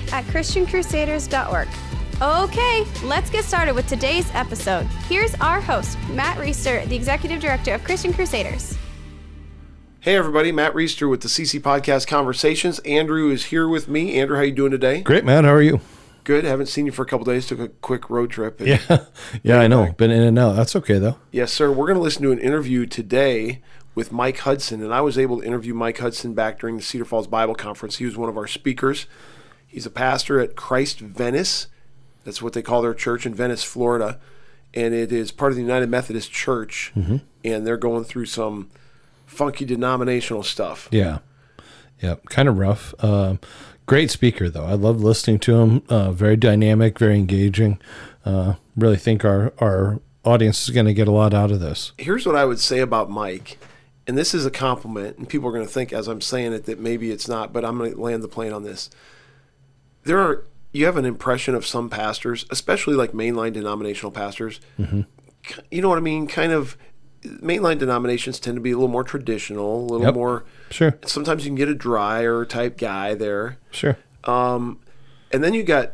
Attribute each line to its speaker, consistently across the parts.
Speaker 1: ChristianCrusaders.org. Okay, let's get started with today's episode. Here's our host, Matt Reister, the Executive Director of Christian Crusaders.
Speaker 2: Hey everybody, Matt Reister with the CC Podcast Conversations. Andrew is here with me. Andrew, how you doing today?
Speaker 3: Great, man. How are you?
Speaker 2: Good. Haven't seen you for a couple days. Took a quick road trip. And-
Speaker 3: Yeah, yeah, I know. Been in and out. That's okay though.
Speaker 2: Yes, sir. We're going to listen to an interview today with Mike Hudson, and I was able to interview Mike Hudson back during the Cedar Falls Bible Conference. He was one of our speakers. He's a pastor at Christ Venice. That's what they call their church in Venice, Florida, and it is part of the United Methodist Church. And they're going through some funky denominational stuff.
Speaker 3: Yeah, yeah, kind of rough. Um, great speaker though. I love listening to him. Uh, very dynamic, very engaging. Uh, really think our our audience is going to get a lot out of this.
Speaker 2: here's what I would say about Mike, and this is a compliment, and people are going to think as I'm saying it that maybe it's not, but I'm going to land the plane on this. There are you have an impression of some pastors, especially like mainline denominational pastors. k- You know what I mean? Kind of mainline denominations tend to be a little more traditional, a little
Speaker 3: Yep.
Speaker 2: more.
Speaker 3: Sure,
Speaker 2: Sometimes you can get a drier type guy there.
Speaker 3: sure.
Speaker 2: And then you got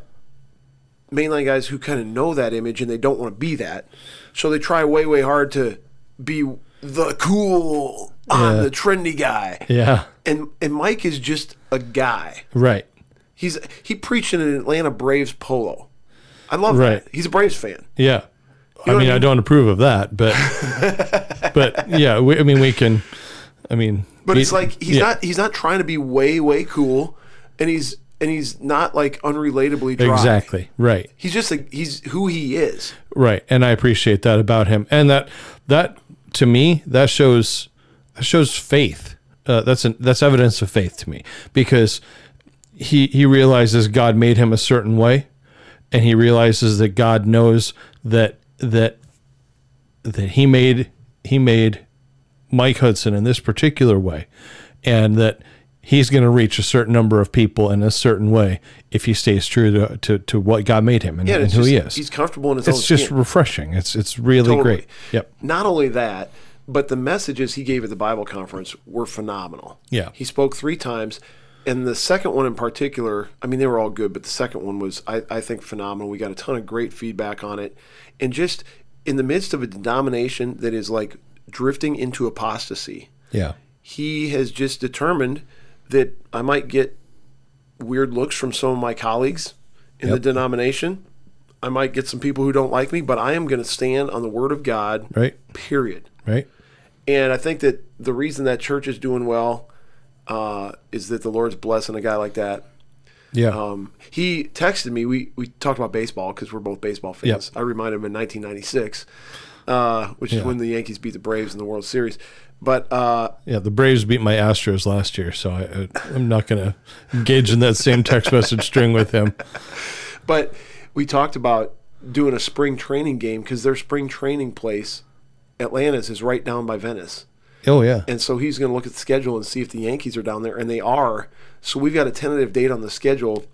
Speaker 2: mainline guys who kind of know that image and they don't want to be that. So they try way, way hard to be the cool, I'm the trendy guy.
Speaker 3: Yeah,
Speaker 2: And and Mike is just a guy.
Speaker 3: right.
Speaker 2: He's he preached in an Atlanta Braves polo. I love
Speaker 3: Right.
Speaker 2: that. He's a Braves fan.
Speaker 3: Yeah. I
Speaker 2: know what
Speaker 3: mean,
Speaker 2: I
Speaker 3: I
Speaker 2: mean?
Speaker 3: don't approve of that, but but yeah, we, I mean, we can. I mean,
Speaker 2: But
Speaker 3: we-
Speaker 2: it's like he's
Speaker 3: yeah,
Speaker 2: not he's not trying to be way, way cool and he's and he's not like unrelatably dry.
Speaker 3: exactly right.
Speaker 2: He's just like he's who he is.
Speaker 3: Right, and I appreciate that about him, and that that to me that shows that shows faith. Uh, that's an, that's evidence of faith to me because he he realizes God made him a certain way, and he realizes that God knows that that that he made he made Mike Hudson in this particular way, and that he's going to reach a certain number of people in a certain way if he stays true to to, to what God made him and,
Speaker 2: Yeah, and
Speaker 3: and
Speaker 2: it's
Speaker 3: who
Speaker 2: just,
Speaker 3: he is
Speaker 2: He's comfortable in his own
Speaker 3: it's just
Speaker 2: skin.
Speaker 3: refreshing. It's it's really
Speaker 2: Oh, Totally.
Speaker 3: great. Yep.
Speaker 2: Not only that, but the messages he gave at the Bible conference were phenomenal.
Speaker 3: Yeah.
Speaker 2: He spoke three times. And the second one in particular, I mean, they were all good, but the second one was, I, I think, phenomenal. We got a ton of great feedback on it. And just in the midst of a denomination that is like drifting into apostasy,
Speaker 3: Yeah.
Speaker 2: he has just determined that I might get weird looks from some of my colleagues in the
Speaker 3: Yep.
Speaker 2: denomination. I might get some people who don't like me, but I am going to stand on the word of God,
Speaker 3: Right.
Speaker 2: period.
Speaker 3: Right.
Speaker 2: And I think that the reason that church is doing well uh, is that the Lord's blessing a guy like that.
Speaker 3: Yeah.
Speaker 2: Um, he texted me. We, we talked about baseball because we're both baseball fans. I reminded him in 1996, uh, which is
Speaker 3: Yeah.
Speaker 2: when the Yankees beat the Braves in the World Series. But uh,
Speaker 3: yeah. The Braves beat my Astros last year, so I, I, I'm not going to engage in that same text message string with him.
Speaker 2: But we talked about doing a spring training game because their spring training place, Atlantis, is right down by Venice.
Speaker 3: Oh yeah.
Speaker 2: And so he's going to look at the schedule and see if the Yankees are down there, and they are. So we've got a tentative date on the schedule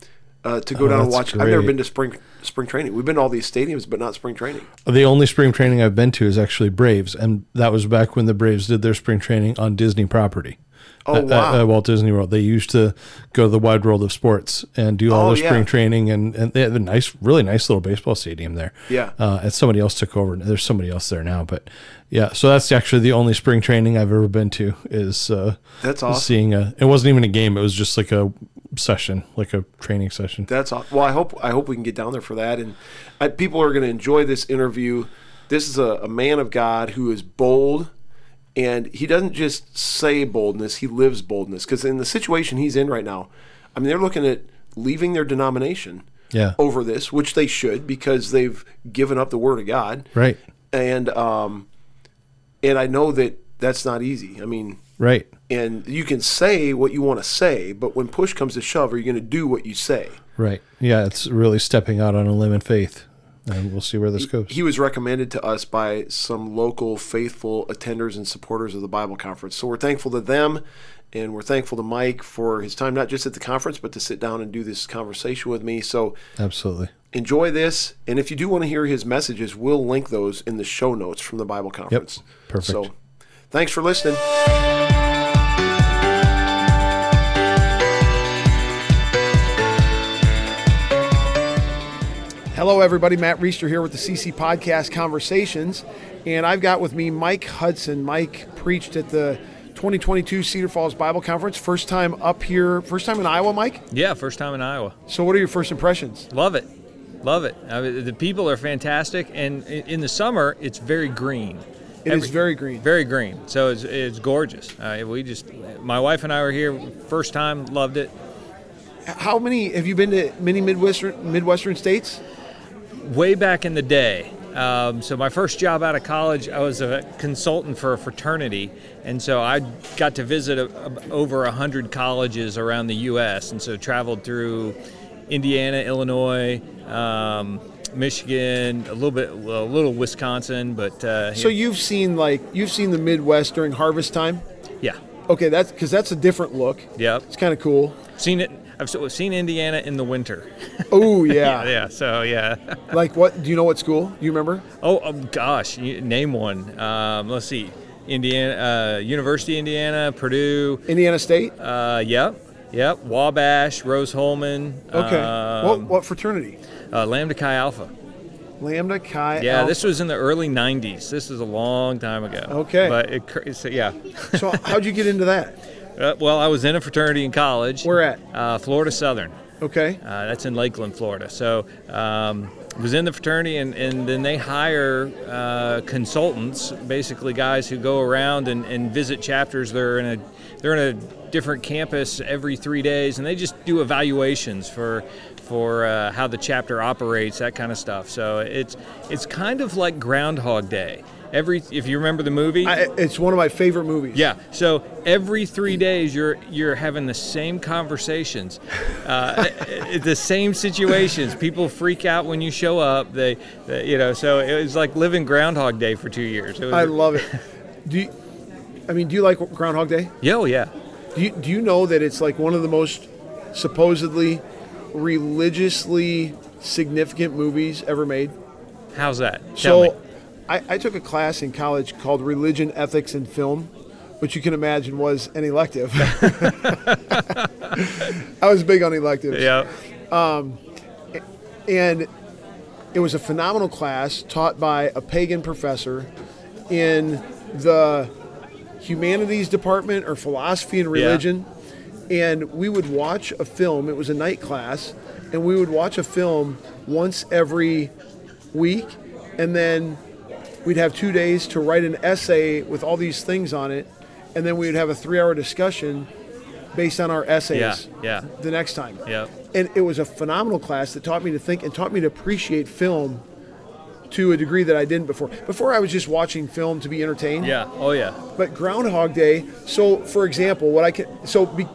Speaker 2: uh, to go down and
Speaker 3: Oh, that's
Speaker 2: watch. I've never
Speaker 3: great.
Speaker 2: been to spring spring training. We've been to all these stadiums, but not spring training.
Speaker 3: The only spring training I've been to is actually Braves, and that was back when the Braves did their spring training on Disney property.
Speaker 2: Oh,
Speaker 3: At- at-
Speaker 2: wow.
Speaker 3: at Walt Disney World. They used to go to the wide world of sports and do all
Speaker 2: Oh,
Speaker 3: their
Speaker 2: yeah.
Speaker 3: spring training, and, and they have a nice, really nice little baseball stadium there.
Speaker 2: Yeah.
Speaker 3: Uh, and somebody else took over. There's somebody else there now, but yeah. So that's actually the only spring training I've ever been to is uh,
Speaker 2: That's awesome.
Speaker 3: seeing a. It wasn't even a game. It was just like a session, like a training session.
Speaker 2: That's all. Well, I hope I hope we can get down there for that, and I, people are going to enjoy this interview. This is a, a man of God who is bold, and he doesn't just say boldness; he lives boldness. Because in the situation he's in right now, I mean, they're looking at leaving their denomination
Speaker 3: Yeah.
Speaker 2: over this, which they should because they've given up the Word of God,
Speaker 3: Right.
Speaker 2: and um, and I know that that's not easy. I mean,
Speaker 3: Right.
Speaker 2: And you can say what you want to say, but when push comes to shove, are you going to do what you say?
Speaker 3: Right. Yeah, it's really stepping out on a limb in faith. And we'll see where this goes.
Speaker 2: He was recommended to us by some local faithful attenders and supporters of the Bible Conference. So we're thankful to them, and we're thankful to Mike for his time, not just at the conference, but to sit down and do this conversation with me. So
Speaker 3: Absolutely.
Speaker 2: enjoy this. And if you do want to hear his messages, we'll link those in the show notes from the Bible Conference.
Speaker 3: Perfect.
Speaker 2: So thanks for listening. Hello, everybody. Matt Reister here with the CC Podcast Conversations. And I've got with me Mike Hudson. Mike preached at the 2022 Cedar Falls Bible Conference. First time up here, first time in Iowa, Mike.
Speaker 4: Yeah, first time in Iowa.
Speaker 2: So, what are your first impressions?
Speaker 4: Love it. Love it. I mean, the people are fantastic. And i- in the summer, it's very green.
Speaker 2: It is very green.
Speaker 4: Very green. So it's, it's gorgeous. Uh, we just, my wife and I were here first time, loved it.
Speaker 2: How many have you been to many Midwestern Midwestern states?
Speaker 4: Way back in the day, um, so my first job out of college, I was a consultant for a fraternity. And so I got to visit a, a, over 100 colleges around the U.S. And so traveled through Indiana, Illinois, um, Michigan, a little bit, a little Wisconsin, but uh,
Speaker 2: So you've seen like you've seen the Midwest during harvest time.
Speaker 4: yeah,
Speaker 2: Okay, that's because that's a different look.
Speaker 4: Yep.
Speaker 2: it's kind of cool.
Speaker 4: seen it. I've so- seen Indiana in the winter.
Speaker 2: Oh yeah.
Speaker 4: Yeah, so yeah.
Speaker 2: Like what? Do you know what school? Do you remember?
Speaker 4: Oh, um, gosh, you, name one. Um, let's see, Indiana, uh, University of Indiana, Purdue.
Speaker 2: Indiana State.
Speaker 4: Uh, yep, yep. Wabash, Rose Holman.
Speaker 2: Okay. what,
Speaker 4: Um,
Speaker 2: what fraternity?
Speaker 4: uh, Lambda Chi Alpha.
Speaker 2: Lambda Chi.
Speaker 4: Yeah,
Speaker 2: Alpha.
Speaker 4: this was in the early '90s. This was a long time ago.
Speaker 2: Okay.
Speaker 4: But it, cr- so yeah.
Speaker 2: so how'd you get into that?
Speaker 4: Uh, well, I was in a fraternity in college.
Speaker 2: Where at?
Speaker 4: Uh, Florida Southern.
Speaker 2: Okay.
Speaker 4: Uh, that's in Lakeland, Florida. So um, was in the fraternity, and, and then they hire uh, consultants, basically guys who go around and, and visit chapters. They're in a they're in a different campus every three days, and they just do evaluations for for uh, how the chapter operates, that kind of stuff. So it's it's kind of like Groundhog Day. Every if you remember the movie,
Speaker 2: I, it's one of my favorite movies.
Speaker 4: yeah. So every three days, you're you're having the same conversations, uh, i- i- the same situations. People freak out when you show up. They, they- you know, so it was like living Groundhog Day for two years. It was,
Speaker 2: I love it. Do you, I mean? Do you like Groundhog Day?
Speaker 4: Yo, yeah.
Speaker 2: Do you, do you know that it's like one of the most supposedly religiously significant movies ever made?
Speaker 4: How's that? Tell
Speaker 2: so
Speaker 4: me.
Speaker 2: I, I took a class in college called Religion, Ethics, and Film, which you can imagine was an elective. I was big on electives.
Speaker 4: Yeah.
Speaker 2: And it was a phenomenal class taught by a pagan professor in the humanities department or philosophy and
Speaker 4: Yeah.
Speaker 2: religion. And we would watch a film, it was a night class, and we would watch a film once every week. And then we'd have two days to write an essay with all these things on it. And then we would have a three hour discussion based on our essays
Speaker 4: Yeah. Yeah.
Speaker 2: the next time
Speaker 4: Yep.
Speaker 2: and it was a phenomenal class that taught me to think and taught me to appreciate film to a degree that I didn't before. Before I was just watching film to be entertained.
Speaker 4: Yeah. Oh yeah.
Speaker 2: But Groundhog Day. So, for example, what I can so be,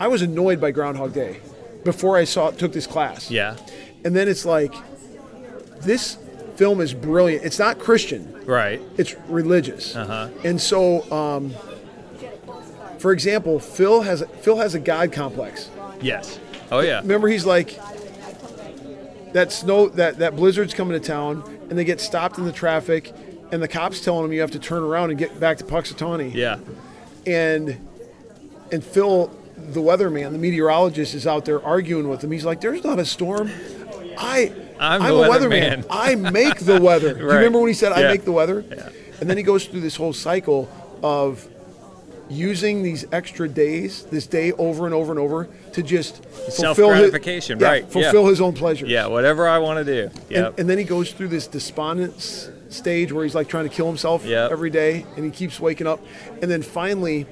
Speaker 2: I was annoyed by Groundhog Day before I saw took this class.
Speaker 4: Yeah.
Speaker 2: And then it's like this film is brilliant. It's not Christian
Speaker 4: Right.
Speaker 2: it's religious.
Speaker 4: Uh-huh.
Speaker 2: And so, um, for example, Phil has Phil has a God complex.
Speaker 4: Yes. Oh yeah.
Speaker 2: Remember, he's like that snow that that blizzard's coming to town, and they get stopped in the traffic, and the cops telling him you have to turn around and get back to Puxatawny.
Speaker 4: Yeah.
Speaker 2: And and Phil, the weatherman, the meteorologist, is out there arguing with him. He's like, "There's not a storm. I
Speaker 4: I'm the
Speaker 2: a
Speaker 4: weatherman."
Speaker 2: I make the weather." Do you
Speaker 4: Right.
Speaker 2: remember when he said, "I
Speaker 4: Yeah.
Speaker 2: make the weather"?
Speaker 4: Yeah.
Speaker 2: And then he goes through this whole cycle of using these extra days, this day over and over and over, to just fulfill his-
Speaker 4: Self-gratification,
Speaker 2: yeah,
Speaker 4: right, yeah.
Speaker 2: Fulfill his own pleasure.
Speaker 4: Yeah. Whatever I want to do.
Speaker 2: And,
Speaker 4: Yep.
Speaker 2: and then he goes through this despondent s- stage where he's like trying to kill himself
Speaker 4: Yep.
Speaker 2: every day, and he keeps waking up. And then finally,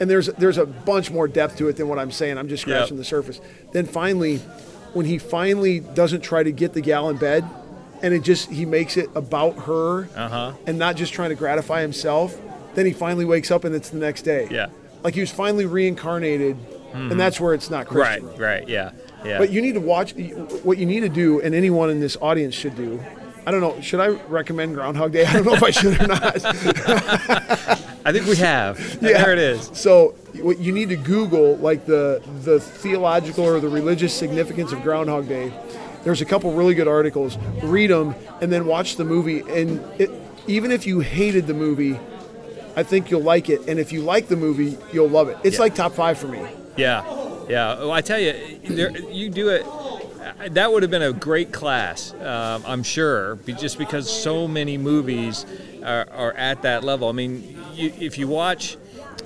Speaker 2: and there's there's a bunch more depth to it than what I'm saying. I'm just scratching
Speaker 4: Yep.
Speaker 2: the surface. Then finally, when he finally doesn't try to get the gal in bed, and it just he makes it about her,
Speaker 4: Uh-huh.
Speaker 2: and not just trying to gratify himself. Then he finally wakes up and it's the next day.
Speaker 4: Yeah. Mm-hmm.
Speaker 2: Like he was finally reincarnated, and that's where it's not
Speaker 4: Right.
Speaker 2: Christian.
Speaker 4: Right. Yeah. Yeah.
Speaker 2: But you need to watch what you need to do, and anyone in this audience should do. I don't know. Should I recommend Groundhog Day? I don't know if I should or not.
Speaker 4: I think we have.
Speaker 2: Yeah.
Speaker 4: There it is.
Speaker 2: So what you need to Google like the the theological or the religious significance of Groundhog Day. There's a couple really good articles. Read them and then watch the movie. And it, even if you hated the movie, I think you'll like it. And if you like the movie, you'll love it. It's
Speaker 4: Yeah.
Speaker 2: like top five for me.
Speaker 4: Yeah, yeah. Well, I tell you, there, you do it. That would have been a great class, um, I'm sure, be- just because so many movies are, are at that level. I mean, you, if you watch.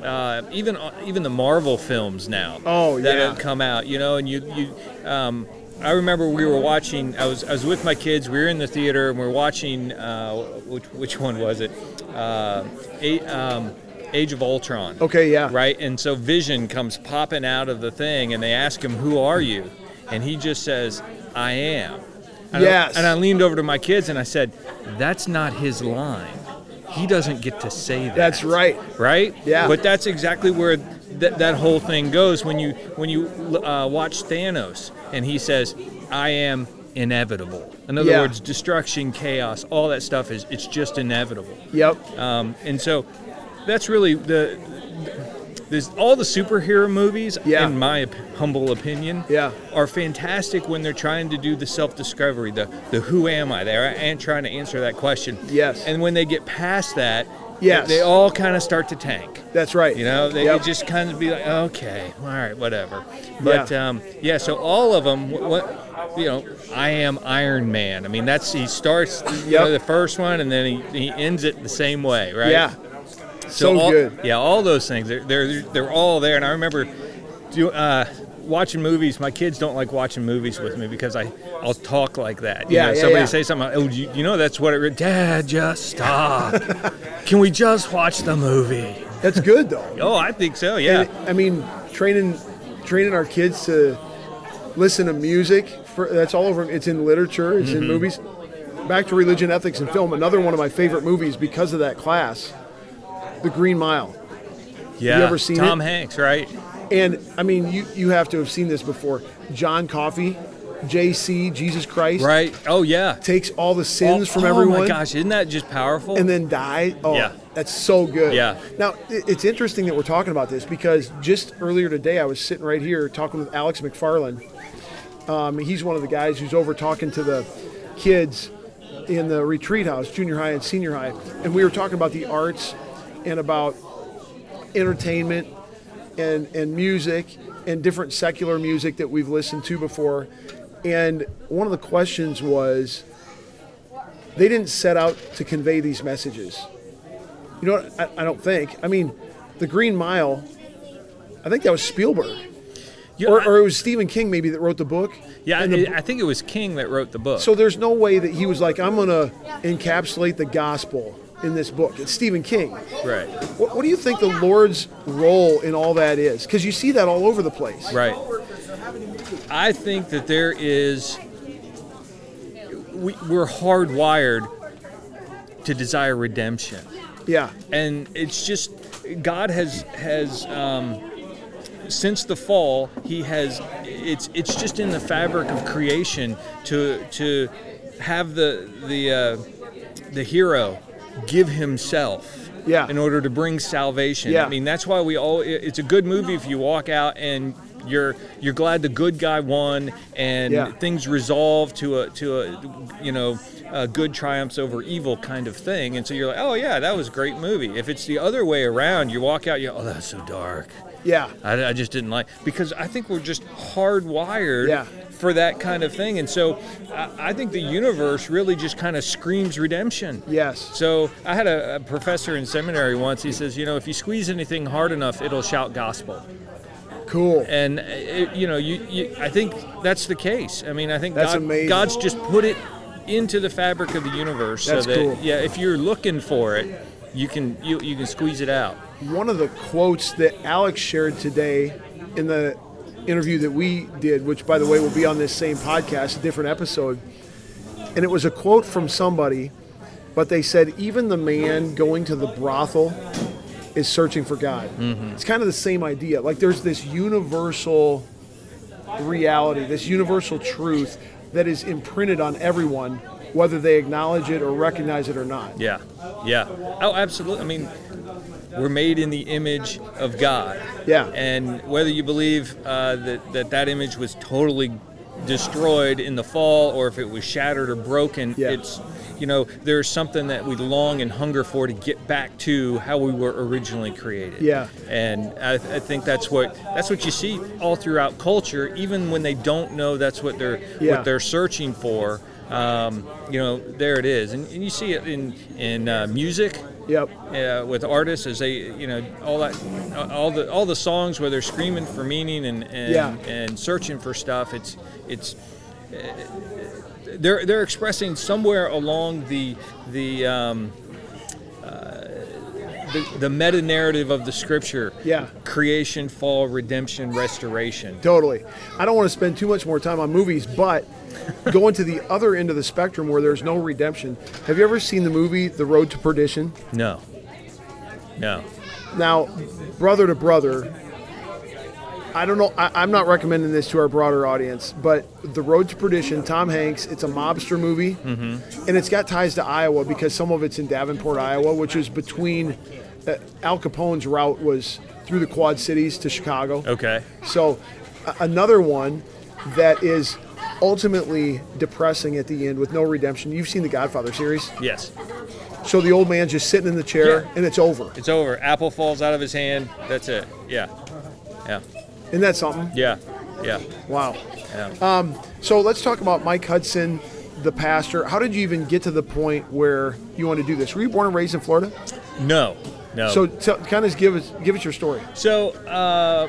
Speaker 4: Uh, even even the Marvel films now
Speaker 2: Oh,
Speaker 4: that
Speaker 2: yeah.
Speaker 4: have come out, you know, and you you um, I remember we were watching. I was I was with my kids. We were in the theater and we are watching. Uh, which which one was it? Uh, a, um, Age of Ultron.
Speaker 2: Okay, yeah.
Speaker 4: Right? And so Vision comes popping out of the thing and they ask him, Who are you? And he just says, I am. And I-
Speaker 2: Yes.
Speaker 4: and I leaned over to my kids and I said, That's not his line. He doesn't get to say that.
Speaker 2: That's right.
Speaker 4: Right?
Speaker 2: Yeah.
Speaker 4: But that's exactly where th- that whole thing goes when you when you uh, watch Thanos and he says, I am inevitable. In other
Speaker 2: Yeah.
Speaker 4: words, destruction, chaos, all that stuff is it's just inevitable.
Speaker 2: Yep.
Speaker 4: Um, and so that's really the. There's all the superhero movies,
Speaker 2: Yeah.
Speaker 4: in my op- humble opinion,
Speaker 2: Yeah.
Speaker 4: are fantastic when they're trying to do the self-discovery, the the who am I? They're and trying to answer that question.
Speaker 2: Yes.
Speaker 4: And when they get past that,
Speaker 2: Yes.
Speaker 4: they, they all kind of start to tank.
Speaker 2: That's right.
Speaker 4: You know, they
Speaker 2: Yep.
Speaker 4: just kind of be like, okay, all right, whatever. But yeah, um, yeah so all of them, what, you know, I am Iron Man. I mean, that's he starts you know,
Speaker 2: Yep.
Speaker 4: the first one and then he, he ends it the same way, right?
Speaker 2: Yeah.
Speaker 4: So,
Speaker 2: So
Speaker 4: all,
Speaker 2: good.
Speaker 4: Yeah, all those things. They're they're, they're all there. And I remember do, uh, watching movies. My kids don't like watching movies with me because I I'll talk like that. You
Speaker 2: Yeah,
Speaker 4: know,
Speaker 2: yeah,
Speaker 4: Somebody
Speaker 2: yeah.
Speaker 4: say something. Oh, you, you know that's what it. Re- Dad, just stop. Can we just watch the movie?
Speaker 2: That's good though.
Speaker 4: Oh, I think so. Yeah.
Speaker 2: And, I mean, training training our kids to listen to music. For, that's all over. It's in literature. It's
Speaker 4: Mm-hmm.
Speaker 2: in movies. Back to religion, ethics, and film. Another one of my favorite movies because of that class, The Green Mile.
Speaker 4: yeah.
Speaker 2: you ever seen
Speaker 4: Tom
Speaker 2: it?
Speaker 4: Hanks, right?
Speaker 2: And I mean, you you have to have seen this before. John Coffey, J.C. Jesus Christ
Speaker 4: Right. Oh yeah.
Speaker 2: takes all the sins
Speaker 4: oh,
Speaker 2: from
Speaker 4: oh,
Speaker 2: everyone.
Speaker 4: my gosh, isn't that just powerful?
Speaker 2: and then die. Oh,
Speaker 4: Yeah.
Speaker 2: that's so good.
Speaker 4: Yeah.
Speaker 2: Now i- it's interesting that we're talking about this because just earlier today I was sitting right here talking with Alex McFarland. Um, he's one of the guys who's over talking to the kids in the retreat house, junior high and senior high, and we were talking about the arts and about entertainment and and music and different secular music that we've listened to before. And one of the questions was they didn't set out to convey these messages. You know what? I, I don't think. I mean, the Green Mile. I think that was Spielberg,
Speaker 4: You-
Speaker 2: or,
Speaker 4: I-
Speaker 2: or it was Stephen King maybe that wrote the book.
Speaker 4: yeah, I,
Speaker 2: and the-
Speaker 4: I think it was King that wrote the book.
Speaker 2: So there's no way that he was like, I'm gonna encapsulate the gospel in this book. It's Stephen King.
Speaker 4: right.
Speaker 2: What, what do you think the Lord's role in all that is? Because you see that all over the place.
Speaker 4: Right. I think that there is we, we're hardwired to desire redemption,
Speaker 2: Yeah.
Speaker 4: and it's just God has has um, since the fall He has it's it's just in the fabric of creation to to have the the uh, the hero give himself
Speaker 2: Yeah.
Speaker 4: in order to bring salvation.
Speaker 2: Yeah.
Speaker 4: I mean that's why we all. it- It's a good movie if you walk out and you're you're glad the good guy won and
Speaker 2: Yeah.
Speaker 4: things resolve to a to a you know a good triumphs over evil kind of thing. And so you're like, oh yeah, that was a great movie. If it's the other way around, you walk out, you oh that's so dark.
Speaker 2: Yeah.
Speaker 4: I, I just didn't like because I think we're just hardwired
Speaker 2: Yeah.
Speaker 4: for that kind of thing, and so I, I think the universe really just kind of screams redemption.
Speaker 2: Yes.
Speaker 4: So I had a, a professor in seminary once. He says, you know, if you squeeze anything hard enough, it'll shout gospel.
Speaker 2: Cool.
Speaker 4: And uh, it, you know, you, you I think that's the case. I mean, I think
Speaker 2: That's
Speaker 4: God,
Speaker 2: amazing.
Speaker 4: God's just put it into the fabric of the universe
Speaker 2: That's
Speaker 4: so that
Speaker 2: cool.
Speaker 4: yeah, if you're looking for it, you can you, you can squeeze it out.
Speaker 2: One of the quotes that Alex shared today in the interview that we did, which by the way will be on this same podcast, a different episode, and it was a quote from somebody, but they said, even the man going to the brothel is searching for God.
Speaker 4: Mm-hmm.
Speaker 2: It's kind of the same idea. Like there's this universal reality, this universal truth that is imprinted on everyone, whether they acknowledge it or recognize it or not.
Speaker 4: Yeah, yeah. Oh, absolutely. I mean, we're made in the image of God.
Speaker 2: Yeah.
Speaker 4: And whether you believe uh, that, that that image was totally destroyed in the fall or if it was shattered or broken,
Speaker 2: Yeah.
Speaker 4: it's, you know, there's something that we long and hunger for to get back to how we were originally created.
Speaker 2: Yeah.
Speaker 4: And I, I think that's what that's what you see all throughout culture, even when they don't know that's what they're
Speaker 2: Yeah.
Speaker 4: what they're searching for. Um, you know, there it is, and, and you see it in in uh, music
Speaker 2: Yep.
Speaker 4: uh, with artists as they, you know, all that, uh, all the all the songs where they're screaming for meaning and and,
Speaker 2: Yeah.
Speaker 4: and searching for stuff. It's it's uh, they're they're expressing somewhere along the the. Um, uh, the, the meta narrative of the scripture
Speaker 2: Yeah.
Speaker 4: creation fall redemption restoration
Speaker 2: Totally. I don't want to spend too much more time on movies, but going to the other end of the spectrum where there's no redemption. Have you ever seen the movie The Road to Perdition?
Speaker 4: no no
Speaker 2: Now, brother to brother, I don't know. I, I'm not recommending this to our broader audience, but The Road to Perdition, Tom Hanks, it's a mobster movie, and it's got ties to Iowa because some of it's in Davenport, Iowa, which is between uh, Al Capone's route was through the Quad Cities to Chicago.
Speaker 4: okay
Speaker 2: So, a- another one that is ultimately depressing at the end with no redemption. You've seen the Godfather series.
Speaker 4: yes
Speaker 2: So the old man's just sitting in the chair
Speaker 4: Yeah.
Speaker 2: and it's over.
Speaker 4: it's over apple falls out of his hand that's it yeah yeah
Speaker 2: Isn't that something?
Speaker 4: yeah yeah
Speaker 2: Wow. Um,
Speaker 4: yeah
Speaker 2: So let's talk about Mike Hudson, the pastor. How did you even get to the point where you want to do this? Were you born and raised in Florida?
Speaker 4: No, no.
Speaker 2: So
Speaker 4: So,
Speaker 2: tell, kind of give us give us your story.
Speaker 4: uh,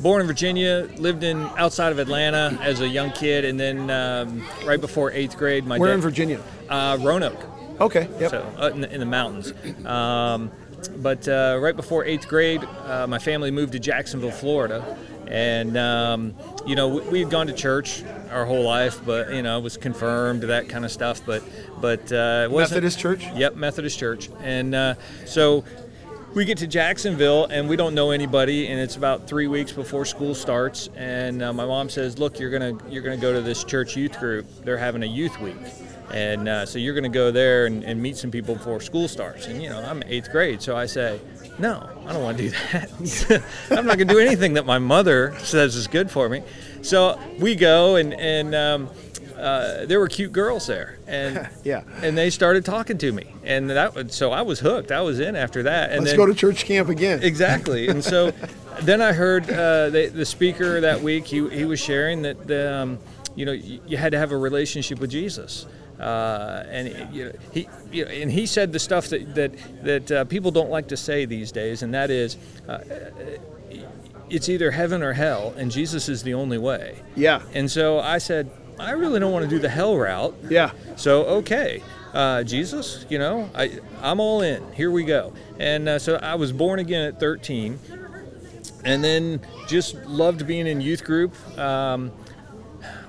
Speaker 4: born in Virginia, lived in outside of Atlanta as a young kid, and then um, right before eighth grade, my
Speaker 2: We're
Speaker 4: dad,
Speaker 2: in Virginia.
Speaker 4: uh, Roanoke,
Speaker 2: Okay. Yep.
Speaker 4: so uh, in, the, in the mountains. Um, but uh, right before eighth grade, uh, my family moved to Jacksonville, Florida, and um, you know we, we had gone to church our whole life, but you know was confirmed that kind of stuff, but but uh, it wasn't-
Speaker 2: Methodist church?
Speaker 4: Yep, Methodist Church. And uh, so we get to Jacksonville and we don't know anybody, and it's about three weeks before school starts. And uh, my mom says, "Look, you're gonna you're gonna go to this church youth group. They're having a youth week." And uh, so you're going to go there and, and meet some people before school starts. And, you know, I'm eighth grade. So I say, no, I don't want to do that. I'm not going to do anything that my mother says is good for me. So we go, and, and um, uh, there were cute girls there. And
Speaker 2: Yeah.
Speaker 4: and they started talking to me and that was so i was hooked i was in after that and
Speaker 2: Let's
Speaker 4: then
Speaker 2: go to church camp again.
Speaker 4: exactly and so then i heard uh, the, the speaker that week he, he was sharing that the, um, you know you, you had to have a relationship with jesus uh, and you know, he you know, and he said the stuff that that that uh, people don't like to say these days, and that is, uh, it's either heaven or hell, and Jesus is the only way.
Speaker 2: Yeah.
Speaker 4: And so I said, I really don't want to do the hell route.
Speaker 2: Yeah.
Speaker 4: So okay, uh, Jesus, you know, I I'm all in. Here we go. And uh, so I was born again at 13, and then just loved being in youth group um,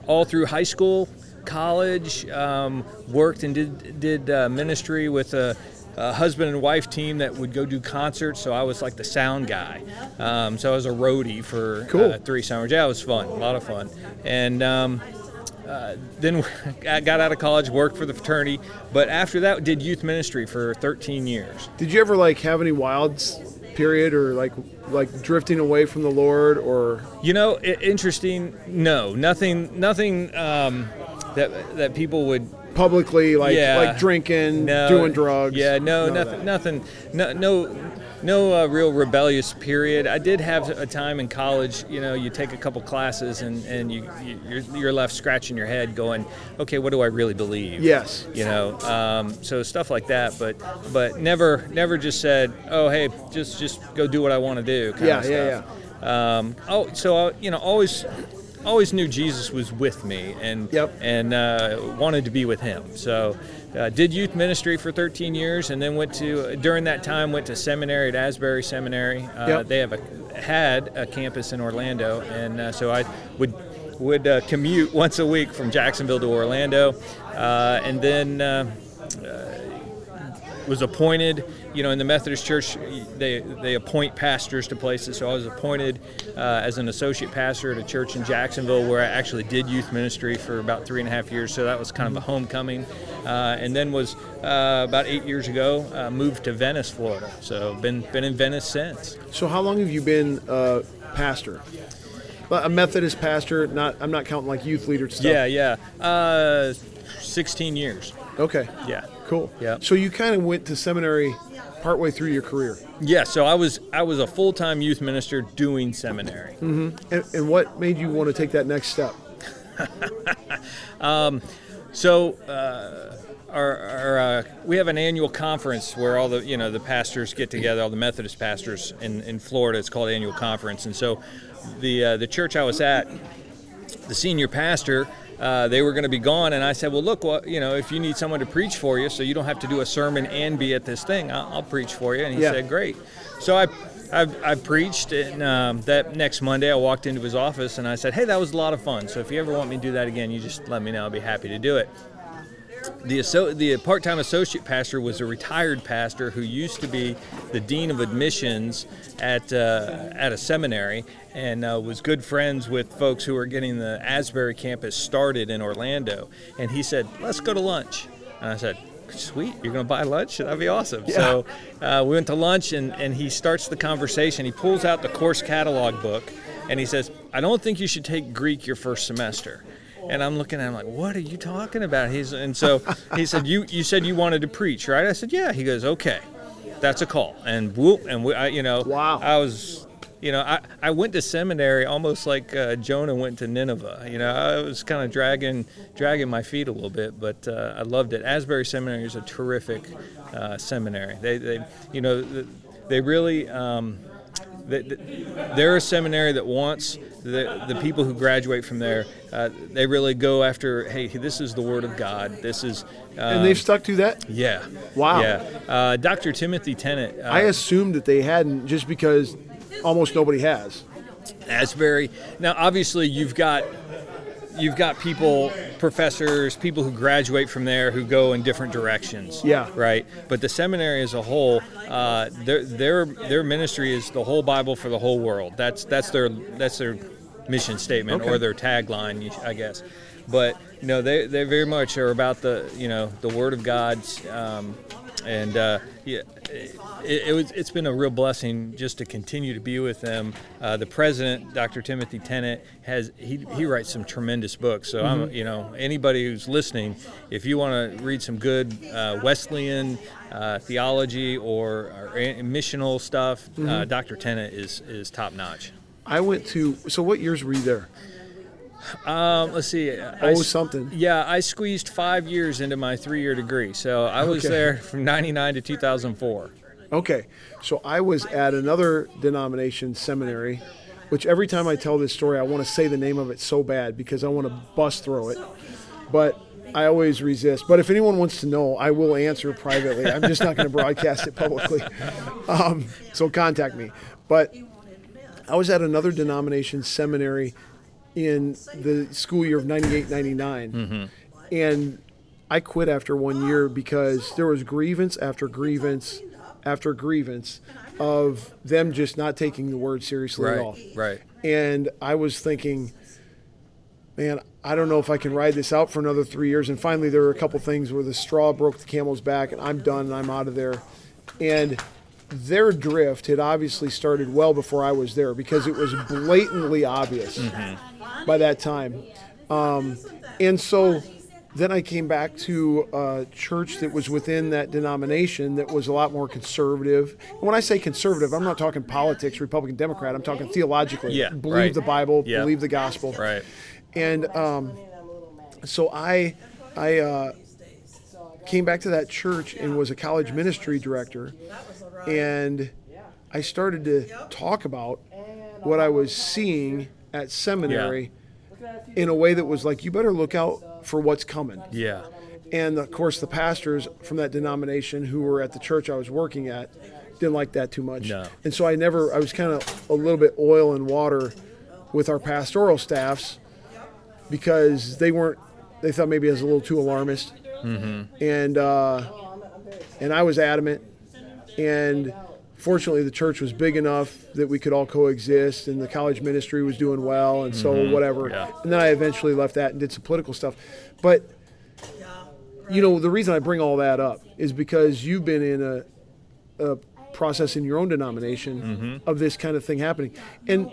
Speaker 4: all through high school, college. Um, worked and did did uh, ministry with a. A husband and wife team that would go do concerts, so I was like the sound guy. Um, so I was a roadie for
Speaker 2: Cool.
Speaker 4: uh, three summers. Yeah, it was fun, a lot of fun. And um, then I got out of college, worked for the fraternity, but after that did youth ministry for 13 years.
Speaker 2: Did you ever like have any wild s- period or like like drifting away from the Lord or
Speaker 4: You know, i interesting. No, nothing, nothing um, that that people would
Speaker 2: publicly like
Speaker 4: Yeah.
Speaker 2: like drinking,
Speaker 4: no,
Speaker 2: doing drugs?
Speaker 4: Yeah, no,
Speaker 2: none of
Speaker 4: nothing,
Speaker 2: that.
Speaker 4: nothing, no, no, no uh, real rebellious period. I did have a time in college. You know, you take a couple classes and and you, you you're, you're left scratching your head, going, okay, what do I really believe?
Speaker 2: Yes.
Speaker 4: you know um, so stuff like that but but never never just said oh hey just just go do what i want to do kind
Speaker 2: Yeah,
Speaker 4: of
Speaker 2: yeah,
Speaker 4: stuff. yeah um, oh so I, you know always always knew jesus was with me and
Speaker 2: Yep.
Speaker 4: and uh, wanted to be with him so uh, did youth ministry for 13 years and then went to during that time went to seminary at asbury seminary uh,
Speaker 2: Yep.
Speaker 4: they have a had a campus in orlando and uh, so i would would uh, commute once a week from Jacksonville to Orlando, uh, and then uh, was appointed. You know, in the Methodist Church, they they appoint pastors to places. So I was appointed uh, as an associate pastor at a church in Jacksonville where I actually did youth ministry for about three and a half years. So that was kind of a homecoming, uh, and then was uh, about eight years ago uh, moved to Venice, Florida. So been been in Venice since.
Speaker 2: So how long have you been uh, pastor? Well, A Methodist pastor? Not I'm not counting like youth leader stuff.
Speaker 4: Yeah, yeah. Uh, 16 years.
Speaker 2: Okay.
Speaker 4: Yeah.
Speaker 2: Cool.
Speaker 4: Yeah.
Speaker 2: So you kind of went to seminary partway through your career,
Speaker 4: Yeah, so I was I was a full-time youth minister doing seminary.
Speaker 2: and, and what made you want to take that next step?
Speaker 4: So uh, our, our uh, we have an annual conference where all the you know the pastors get together, all the Methodist pastors in, in Florida. It's called annual conference, and so the uh, the church I was at, the senior pastor. Uh, they were going to be gone, and I said, "Well, look, well, you know, if you need someone to preach for you, so you don't have to do a sermon and be at this thing, I'll, I'll preach for you." And he
Speaker 2: Yeah.
Speaker 4: said, "Great." So I, I, I preached, and um, that next Monday I walked into his office and I said, "Hey, that was a lot of fun. So if you ever want me to do that again, you just let me know. I'll be happy to do it." The, asso- the part-time associate pastor was a retired pastor who used to be the dean of admissions at uh, at a seminary and uh, was good friends with folks who were getting the Asbury campus started in Orlando. And he said, "Let's go to lunch." And I said, "Sweet, you're going to buy lunch? That'd be awesome." So uh, we went to lunch, and, and he starts the conversation. He pulls out the course catalog book, and he says, "I don't think you should take Greek your first semester." And I'm looking at him like, what are you talking about? He's and so he said, you you said you wanted to preach, right? I said, yeah. He goes, okay, that's a call. And whoop, and we, I, you know,
Speaker 2: Wow.
Speaker 4: I was, you know, I, I went to seminary almost like uh, Jonah went to Nineveh. You know, I was kind of dragging dragging my feet a little bit, but uh, I loved it. Asbury Seminary is a terrific uh, seminary. They they you know th- they really. Um, th- th- they're a seminary that wants the, the people who graduate from there. Uh, they really go after, hey, this is the Word of God. This is, uh,
Speaker 2: And they've stuck to that.
Speaker 4: yeah,
Speaker 2: Wow.
Speaker 4: yeah. Uh, Dr. Timothy Tennant, uh,
Speaker 2: I assumed that they hadn't, just because almost nobody has.
Speaker 4: Asbury. Now, obviously, you've got you've got people, professors, people who graduate from there who go in different directions.
Speaker 2: Yeah.
Speaker 4: Right. But the seminary as a whole, uh, their their their ministry is the whole Bible for the whole world. That's that's their that's their mission statement
Speaker 2: Okay.
Speaker 4: or their tagline, you sh- I guess. But you know, they they very much are about the you know the Word of God's. Um, and uh, yeah, it, it was, it's been a real blessing just to continue to be with them. Uh, the president, Dr. Timothy Tennant, has he, he writes some tremendous books. So I'm you know anybody who's listening, if you want to read some good uh, Wesleyan uh, theology or, or a- missional stuff, uh, Dr. Tennant is is top notch.
Speaker 2: I went to. So what years were you there?
Speaker 4: Um, let's see. Oh,
Speaker 2: Oh, something.
Speaker 4: Yeah, I squeezed five years into my three-year degree, so I was
Speaker 2: Okay.
Speaker 4: there from '99 to 2004.
Speaker 2: Okay, so I was at another denomination seminary, which every time I tell this story, I want to say the name of it so bad because I want to bust throw it, but I always resist. But if anyone wants to know, I will answer privately. I'm just not going to broadcast it publicly. Um, so contact me. But I was at another denomination seminary in the school year of 98 99.
Speaker 4: Mm-hmm.
Speaker 2: And I quit after one year because there was grievance after grievance after grievance of them just not taking the word seriously at all.
Speaker 4: Right.
Speaker 2: And I was thinking, man, I don't know if I can ride this out for another three years. And finally, there were a couple things where the straw broke the camel's back, and I'm done and I'm out of there. And their drift had obviously started well before I was there because it was blatantly obvious by that time. Um, and so then I came back to a church that was within that denomination that was a lot more conservative. And when I say conservative, I'm not talking politics, Republican, Democrat. I'm talking theologically.
Speaker 4: Yeah,
Speaker 2: believe
Speaker 4: right.
Speaker 2: the Bible,
Speaker 4: Yeah.
Speaker 2: believe the gospel.
Speaker 4: Right.
Speaker 2: And um, so I, I uh, came back to that church and was a college ministry director, and I started to talk about what I was seeing at seminary in a way that was like, you better look out for what's coming.
Speaker 4: Yeah.
Speaker 2: And of course, the pastors from that denomination who were at the church I was working at didn't like that too much.
Speaker 4: No.
Speaker 2: And so I never, I was kind of a little bit oil and water with our pastoral staffs because they weren't, they thought maybe I was a little too alarmist. And uh, and I was adamant. And fortunately, the church was big enough that we could all coexist, and the college ministry was doing well, and so whatever.
Speaker 4: yeah.
Speaker 2: And then I eventually left that and did some political stuff. But you know, the reason I bring all that up is because you've been in a, a process in your own denomination of this kind of thing happening, and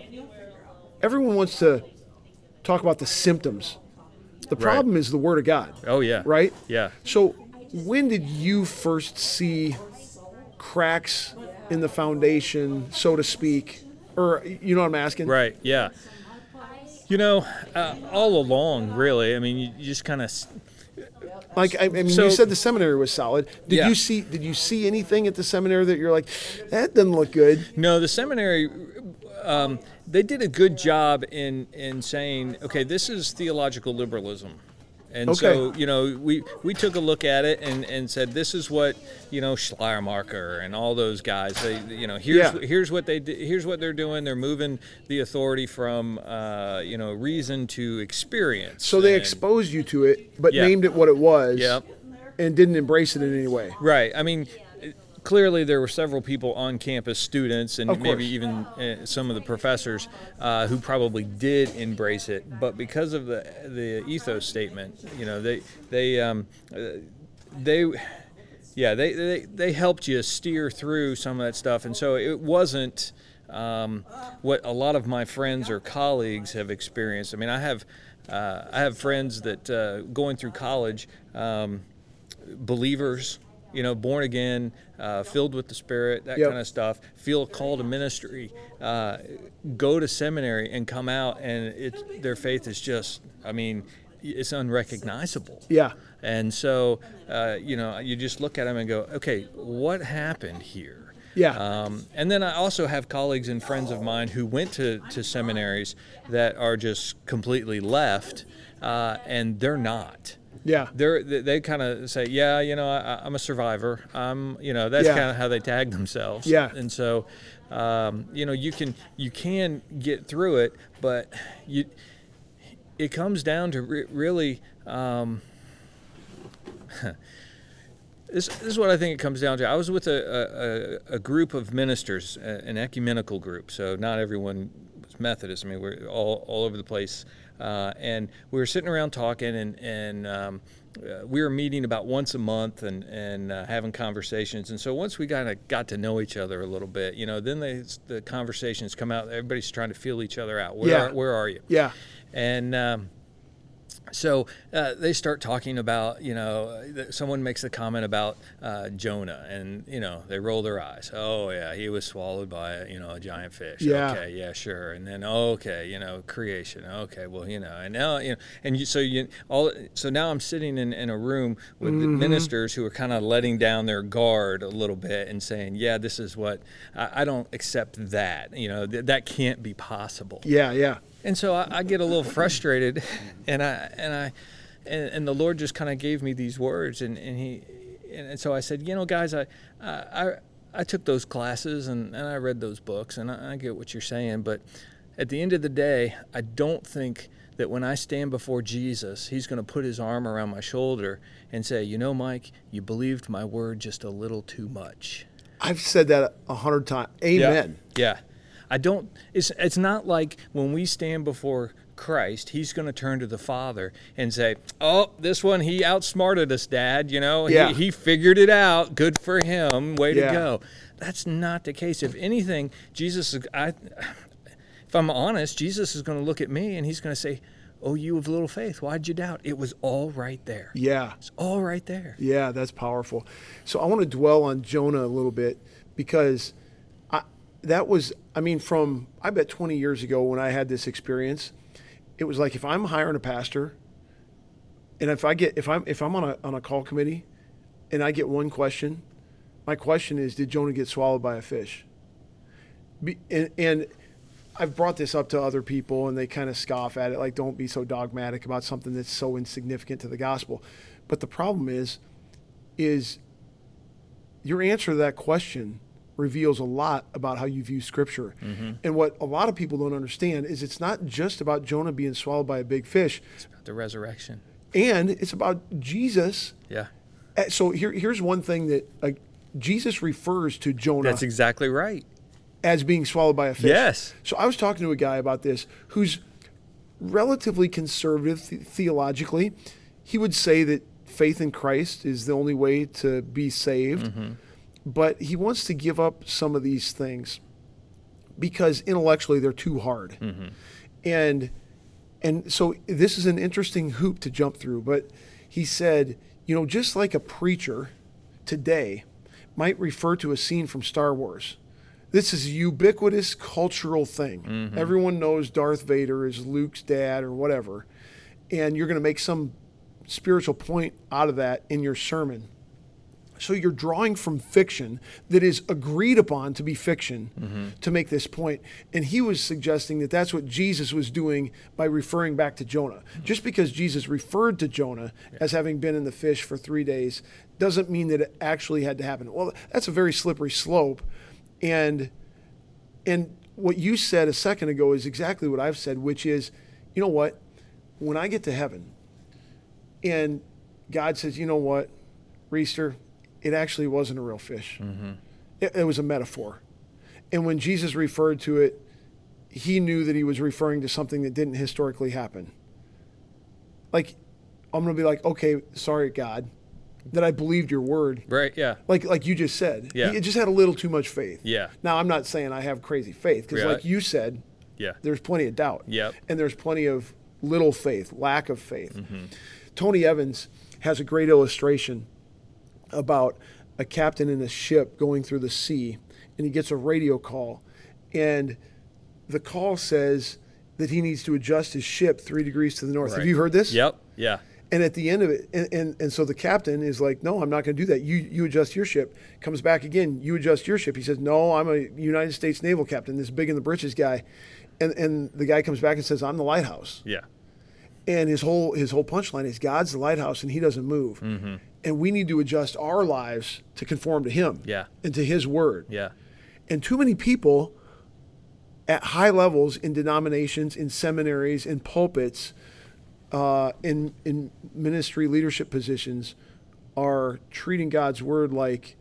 Speaker 2: everyone wants to talk about the symptoms. The problem is the Word of God.
Speaker 4: Oh yeah.
Speaker 2: Right?
Speaker 4: Yeah.
Speaker 2: So, when did you first see cracks in the foundation, so to speak? Or, you know what I'm asking?
Speaker 4: Right. Yeah. You know, uh, all along, really. I mean, you, you just kind of.
Speaker 2: Like, I, I mean,
Speaker 4: So-
Speaker 2: you said the seminary was solid. Did
Speaker 4: Yeah.
Speaker 2: you see? Did you see anything at the seminary that you're like, that doesn't look good?
Speaker 4: No, the seminary, um, they did a good job in in saying, okay, this is theological liberalism, and so
Speaker 2: Okay.
Speaker 4: you know we we took a look at it and and said this is what you know Schleiermacher and all those guys they you know here's
Speaker 2: Yeah.
Speaker 4: here's what they do, here's what they're doing they're moving the authority from uh, you know reason to experience.
Speaker 2: So they
Speaker 4: and-
Speaker 2: exposed you to it, but
Speaker 4: Yeah.
Speaker 2: named it what it was,
Speaker 4: Yep.
Speaker 2: and didn't embrace it in any way.
Speaker 4: Right. I mean, clearly there were several people on campus, students, and
Speaker 2: Of course.
Speaker 4: maybe even uh, some of the professors uh, who probably did embrace it, but because of the the ethos statement, you know, they they um, uh, they. Yeah, they, they they helped you steer through some of that stuff, and so it wasn't um, what a lot of my friends or colleagues have experienced. I mean, I have uh, I have friends that uh, going through college, um, believers, you know, born again, uh, filled with the Spirit, that
Speaker 2: Yep.
Speaker 4: kind of stuff, feel a call to ministry, uh, go to seminary and come out, and it's their faith is just, I mean, it's unrecognizable.
Speaker 2: Yeah.
Speaker 4: And so, uh, you know, you just look at them and go, okay, what happened here?
Speaker 2: Yeah.
Speaker 4: Um, and then I also have colleagues and friends of mine who went to, to seminaries that are just completely left, uh, and they're not.
Speaker 2: Yeah.
Speaker 4: They're, they they kind of say, yeah, you know, I, I'm a survivor. I'm, you know, that's
Speaker 2: Yeah.
Speaker 4: kind of how they tag themselves.
Speaker 2: Yeah.
Speaker 4: And so, um, you know, you can you can get through it, but you it comes down to re- really um, this, this is what I think it comes down to. I was with a, a, a- a group of ministers, a- an ecumenical group, so not everyone was Methodist. I mean, we're all, all over the place. Uh, and we were sitting around talking, and, and um, uh, we were meeting about once a month and, and uh, having conversations. And so once we kind of got to know each other a little bit, you know, then they, the conversations come out. Everybody's trying to feel each other out. Where,
Speaker 2: Yeah.
Speaker 4: are, where are you?
Speaker 2: Yeah.
Speaker 4: And um, so uh, they start talking about, you know, th- someone makes a comment about uh, Jonah, and you know they roll their eyes. Oh yeah, he was swallowed by you know a giant fish.
Speaker 2: Yeah.
Speaker 4: Okay, yeah, sure. And then okay, you know, creation. Okay, well you know, and now you know, and you, so you all. So now I'm sitting in, in a room with the ministers who are kind of letting down their guard a little bit and saying, yeah, this is what I, I don't accept that. You know, th- that can't be possible.
Speaker 2: Yeah. Yeah.
Speaker 4: And so I, I get a little frustrated, and I and I and, and the Lord just kind of gave me these words, and and he and, and so I said, you know, guys, I I I, I took those classes and, and I read those books, and I, I get what you're saying, but at the end of the day, I don't think that when I stand before Jesus, he's going to put his arm around my shoulder and say, you know, Mike, you believed my word just a little too much.
Speaker 2: I've said that a hundred times. Amen.
Speaker 4: Yeah. I don't it's it's not like when we stand before Christ, he's going to turn to the Father and say, "Oh, this one he outsmarted us, dad, you know.
Speaker 2: Yeah.
Speaker 4: He he figured it out. Good for him. Way
Speaker 2: Yeah.
Speaker 4: to go." That's not the case. If anything, Jesus is- I if I'm honest, Jesus is going to look at me and he's going to say, "Oh, you of little faith, why'd you doubt? It was all right there."
Speaker 2: Yeah.
Speaker 4: It's all right there.
Speaker 2: Yeah, that's powerful. So I want to dwell on Jonah a little bit because I, that was, I mean, from I bet 20 years ago when I had this experience, it was like if I'm hiring a pastor, and if I get if I'm if I'm on a on a call committee, and I get one question, my question is, did Jonah get swallowed by a fish? Be, and, and I've brought this up to other people, and they kind of scoff at it, like, don't be so dogmatic about something that's so insignificant to the gospel. But the problem is, is your answer to that question reveals a lot about how you view scripture.
Speaker 4: Mm-hmm.
Speaker 2: And what a lot of people don't understand is it's not just about Jonah being swallowed by a big fish,
Speaker 4: The resurrection.
Speaker 2: and it's about Jesus
Speaker 4: Yeah.
Speaker 2: Uh, So here, here's one thing that uh, Jesus refers to Jonah
Speaker 4: That's exactly right.
Speaker 2: as being swallowed by a fish.
Speaker 4: Yes.
Speaker 2: So I was talking to a guy about this who's relatively conservative the- theologically. He would say that faith in Christ is the only way to be saved, but he wants to give up some of these things because intellectually they're too hard. And and so this is an interesting hoop to jump through, but he said, you know, just like a preacher today might refer to a scene from Star Wars. This is a ubiquitous cultural thing. Everyone knows Darth Vader is Luke's dad or whatever. And you're going to make some spiritual point out of that in your sermon. So you're drawing from fiction that is agreed upon to be fiction to make this point. And he was suggesting that that's what Jesus was doing by referring back to Jonah. Just because Jesus referred to Jonah as having been in the fish for three days doesn't mean that it actually had to happen. Well, that's a very slippery slope. And and what you said a second ago is exactly what I've said, which is, you know what? When I get to heaven and God says, you know what, Reister, it actually wasn't a real fish,
Speaker 4: Mm-hmm.
Speaker 2: it, it was a metaphor. And when Jesus referred to it, he knew that he was referring to something that didn't historically happen. Like, I'm going to be like, okay, sorry, God, that I believed your word
Speaker 4: Right. Yeah.
Speaker 2: like like you just said.
Speaker 4: Yeah.
Speaker 2: It just had a little too much faith.
Speaker 4: Yeah.
Speaker 2: Now I'm not saying I have crazy faith because
Speaker 4: Yeah.
Speaker 2: like you said,
Speaker 4: Yeah.
Speaker 2: there's plenty of doubt.
Speaker 4: Yep.
Speaker 2: And there's plenty of little faith, lack of faith.
Speaker 4: Mm-hmm.
Speaker 2: Tony Evans has a great illustration about a captain in a ship going through the sea and he gets a radio call and the call says that he needs to adjust his ship three degrees to the north. Have
Speaker 4: Right.
Speaker 2: you heard this?
Speaker 4: Yep. Yeah.
Speaker 2: And at the end of it, and, and, and so the captain is like, no, I'm not going to do that. You you adjust your ship. Comes back again. You adjust your ship. He says, no, I'm a United States naval captain, this big in the britches guy. And, and the guy comes back and says, I'm the lighthouse.
Speaker 4: Yeah.
Speaker 2: And his whole his whole punchline is God's the lighthouse and he doesn't move. And we need to adjust our lives to conform to him
Speaker 4: Yeah.
Speaker 2: and to his word.
Speaker 4: Yeah.
Speaker 2: And too many people at high levels in denominations, in seminaries, in pulpits, uh, in in ministry leadership positions, are treating God's word like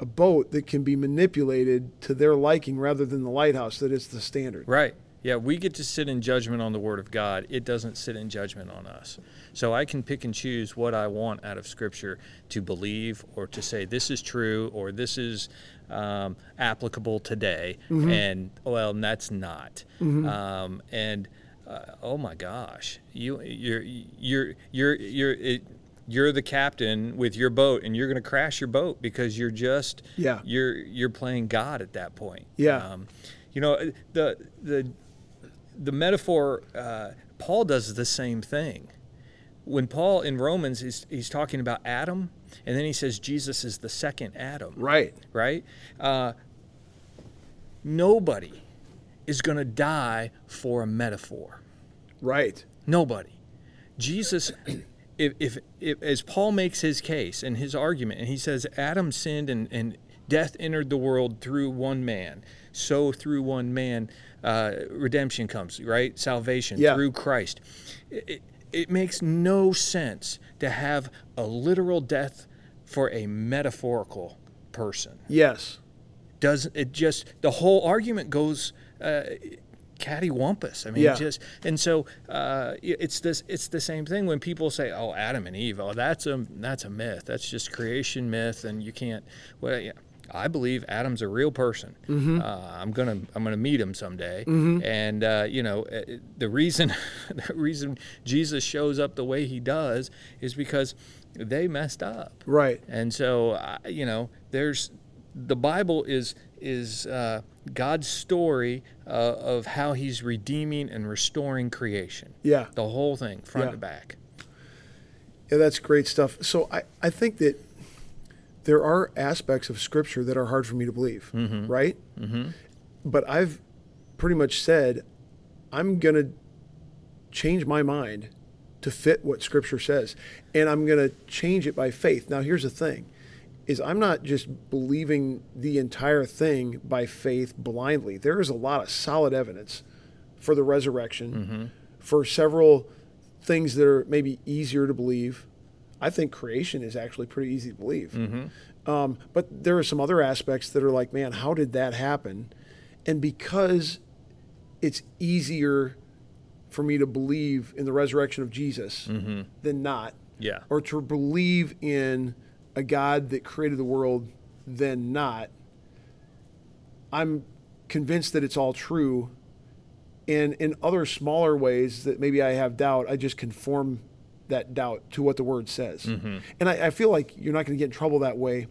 Speaker 2: a boat that can be manipulated to their liking rather than the lighthouse that is the standard.
Speaker 4: Right. Yeah, we get to sit in judgment on the Word of God. It doesn't sit in judgment on us. So I can pick and choose what I want out of Scripture to believe or to say this is true or this is um, applicable today. And, well, and that's not. Um, and, uh, oh my gosh, you, you're, you're, you're, you're, it, you're the captain with your boat and you're going to crash your boat because you're just
Speaker 2: Yeah.
Speaker 4: you're you're playing god at that point
Speaker 2: Yeah.
Speaker 4: um, you know the the the metaphor uh, Paul does the same thing. When Paul in Romans he's, he's talking about Adam, and then he says Jesus is the second Adam.
Speaker 2: Right.
Speaker 4: Right. Uh, nobody is going to die for a metaphor.
Speaker 2: Right.
Speaker 4: Nobody. Jesus, if, if, if as Paul makes his case and his argument, and he says Adam sinned and, and death entered the world through one man, so through one man uh, redemption comes, right? Salvation
Speaker 2: Yeah.
Speaker 4: through Christ. It, it, it makes no sense to have a literal death for a metaphorical person
Speaker 2: Yes.
Speaker 4: does it just the whole argument goes uh, cattywampus. I mean,
Speaker 2: Yeah.
Speaker 4: just and so uh, it- it's this it's the same thing when people say, "Oh, Adam and Eve, oh, that's a that's a myth. That's just creation myth, and you can't." Well, yeah. I believe Adam's a real person. Uh, I'm gonna I'm gonna meet him someday, and uh, you know uh, the reason the reason Jesus shows up the way he does is because they messed up.
Speaker 2: Right.
Speaker 4: And so, I- you know, there's the Bible is is uh, God's story uh, of how He's redeeming and restoring creation.
Speaker 2: Yeah.
Speaker 4: the whole thing, front
Speaker 2: Yeah.
Speaker 4: to back.
Speaker 2: Yeah, that's great stuff. So I, I think that there are aspects of Scripture that are hard for me to believe, right? Mm-hmm. But I've pretty much said I'm going to change my mind to fit what Scripture says, and I'm going to change it by faith. Now, here's the thing: is I'm not just believing the entire thing by faith blindly. There is a lot of solid evidence for the Mm-hmm. resurrection, for several things that are maybe easier to believe. I think creation is actually pretty easy to believe. Um, but there are some other aspects that are like, man, how did that happen? And because it's easier for me to believe in the resurrection of Jesus than not,
Speaker 4: Yeah.
Speaker 2: or to believe in a God that created the world than not, I'm convinced that it's all true. And in other smaller ways that maybe I have doubt, I just conform that doubt to what the word says.
Speaker 4: Mm-hmm.
Speaker 2: And I, I feel like you're not going to get in trouble that way,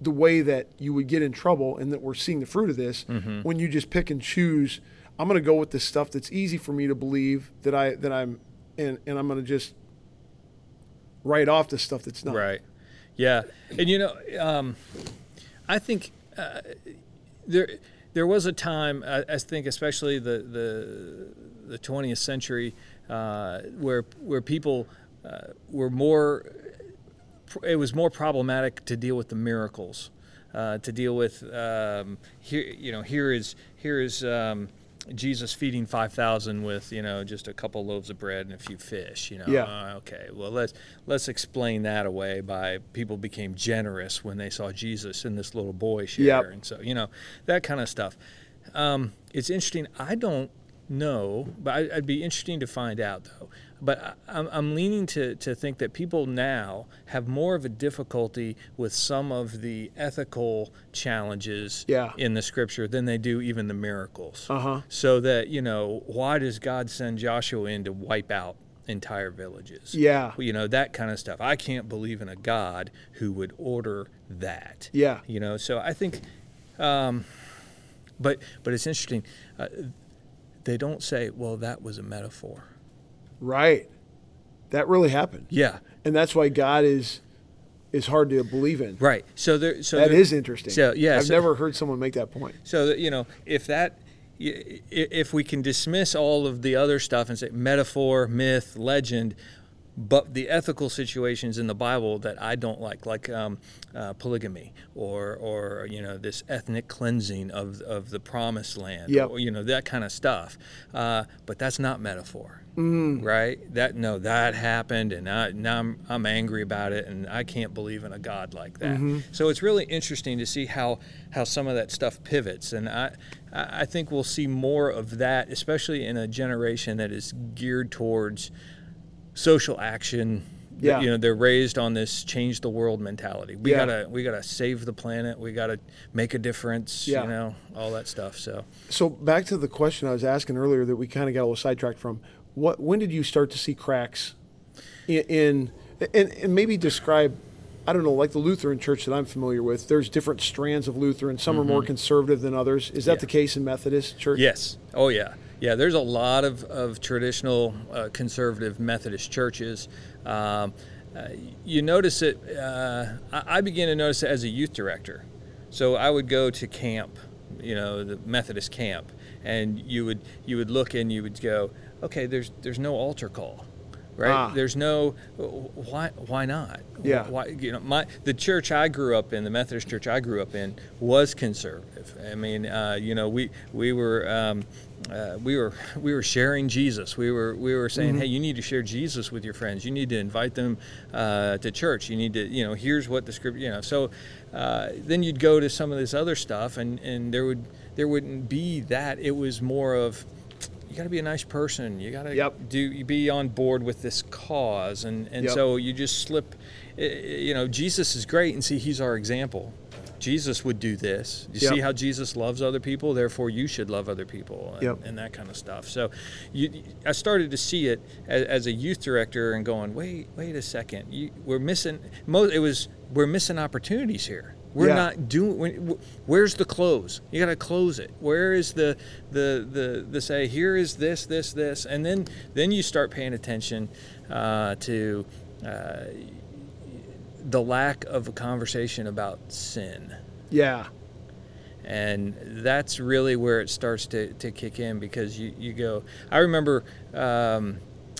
Speaker 2: the way that you would get in trouble, and that we're seeing the fruit of this
Speaker 4: Mm-hmm.
Speaker 2: when you just pick and choose. I'm going to go with the stuff that's easy for me to believe that I that I'm, and and I'm going to just write off the stuff that's not.
Speaker 4: Right. Yeah. And you know, um, I think uh, there there was a time I, I think especially the the the 20th century uh, where where people uh, were more it was more problematic to deal with the miracles, uh, to deal with um, here. You know, here is here is um, Jesus feeding five thousand with you know just a couple loaves of bread and a few fish. You know,
Speaker 2: Yeah.
Speaker 4: Uh, okay, well let's let's explain that away by people became generous when they saw Jesus and this little boy
Speaker 2: Yep.
Speaker 4: sharing. So you know that kind of stuff. Um, it's interesting. I don't know, but I, I'd be interesting to find out though. But I, I'm, I'm leaning to, to think that people now have more of a difficulty with some of the ethical challenges
Speaker 2: Yeah.
Speaker 4: in the scripture than they do even the miracles.
Speaker 2: Uh-huh.
Speaker 4: So that, you know, why does God send Joshua in to wipe out entire villages?
Speaker 2: Yeah.
Speaker 4: You know, that kind of stuff. I can't believe in a God who would order that.
Speaker 2: Yeah.
Speaker 4: You know, so I think um, but but it's interesting. Uh, they don't say, "Well, that was a metaphor."
Speaker 2: Right. That really happened.
Speaker 4: Yeah,
Speaker 2: And that's why God is is hard to believe in.
Speaker 4: right. So there. So
Speaker 2: That
Speaker 4: there-
Speaker 2: is interesting.
Speaker 4: So yeah,
Speaker 2: I've
Speaker 4: so-
Speaker 2: never heard someone make that point.
Speaker 4: So that, you know, if that, i- i- if we can dismiss all of the other stuff and say metaphor, myth, legend, but the ethical situations in the Bible that I don't like, like um, uh, polygamy or or you know this ethnic cleansing of of the promised land,
Speaker 2: Yep.
Speaker 4: or, you know that kind of stuff. Uh, but that's not metaphor, right? That no, that happened, and I, now I'm I'm angry about it, and I can't believe in a God like that.
Speaker 2: Mm-hmm.
Speaker 4: So it's really interesting to see how how some of that stuff pivots, and I I I think we'll see more of that, especially in a generation that is geared towards social action.
Speaker 2: Yeah.
Speaker 4: You know, they're raised on this change the world mentality. We
Speaker 2: Yeah.
Speaker 4: gotta we gotta save the planet, we gotta make a difference,
Speaker 2: Yeah.
Speaker 4: you know, all that stuff. So
Speaker 2: So back to the question I was asking earlier that we kind of got a little sidetracked from. What when did you start to see cracks in, in and, and maybe describe I don't know, like the Lutheran church that I'm familiar with, there's different strands of Lutheran. Some are more conservative than others. Is that the case in Methodist church?
Speaker 4: Mm-hmm. Yes. Oh, yeah. Yeah, there's a lot of, of traditional uh, conservative Methodist churches. Um, uh, you notice it, uh, I, I began to notice it as a youth director. So I would go to camp, you know, the Methodist camp, and you would you would look and you would go, okay, there's there's no altar call, right?
Speaker 2: Ah.
Speaker 4: There's no why why not?
Speaker 2: Yeah.
Speaker 4: Why, you know, my the church I grew up in, the Methodist church I grew up in, was conservative. I mean, uh, you know, we we were um, uh, we were we were sharing Jesus. We were we were saying, hey, you need to share Jesus with your friends. You need to invite them uh, to church. You need to, you know, here's what the scripture, you know. So uh, then you'd go to some of this other stuff, and and there would there wouldn't be that. It was more of you got to be a nice person. You got to
Speaker 2: Yep.
Speaker 4: do you be on board with this cause, and and
Speaker 2: Yep.
Speaker 4: so you just slip. eh, eh, You know, Jesus is great, and see, he's our example. Jesus would do this. You see
Speaker 2: Yep.
Speaker 4: how Jesus loves other people, therefore you should love other people, and,
Speaker 2: Yep.
Speaker 4: and that kind of stuff. So, you, I started to see it as, as a youth director and going, wait, wait a second, you, we're missing. Mo- it was we're missing opportunities here. We're
Speaker 2: Yeah.
Speaker 4: not doing. when- wh- Where's the close? You got to close it. Where is the the the the say? Here is this this this, and then then you start paying attention uh, to uh, the lack of a conversation about sin,
Speaker 2: Yeah.
Speaker 4: and that's really where it starts to to kick in because you you go. I remember. Um,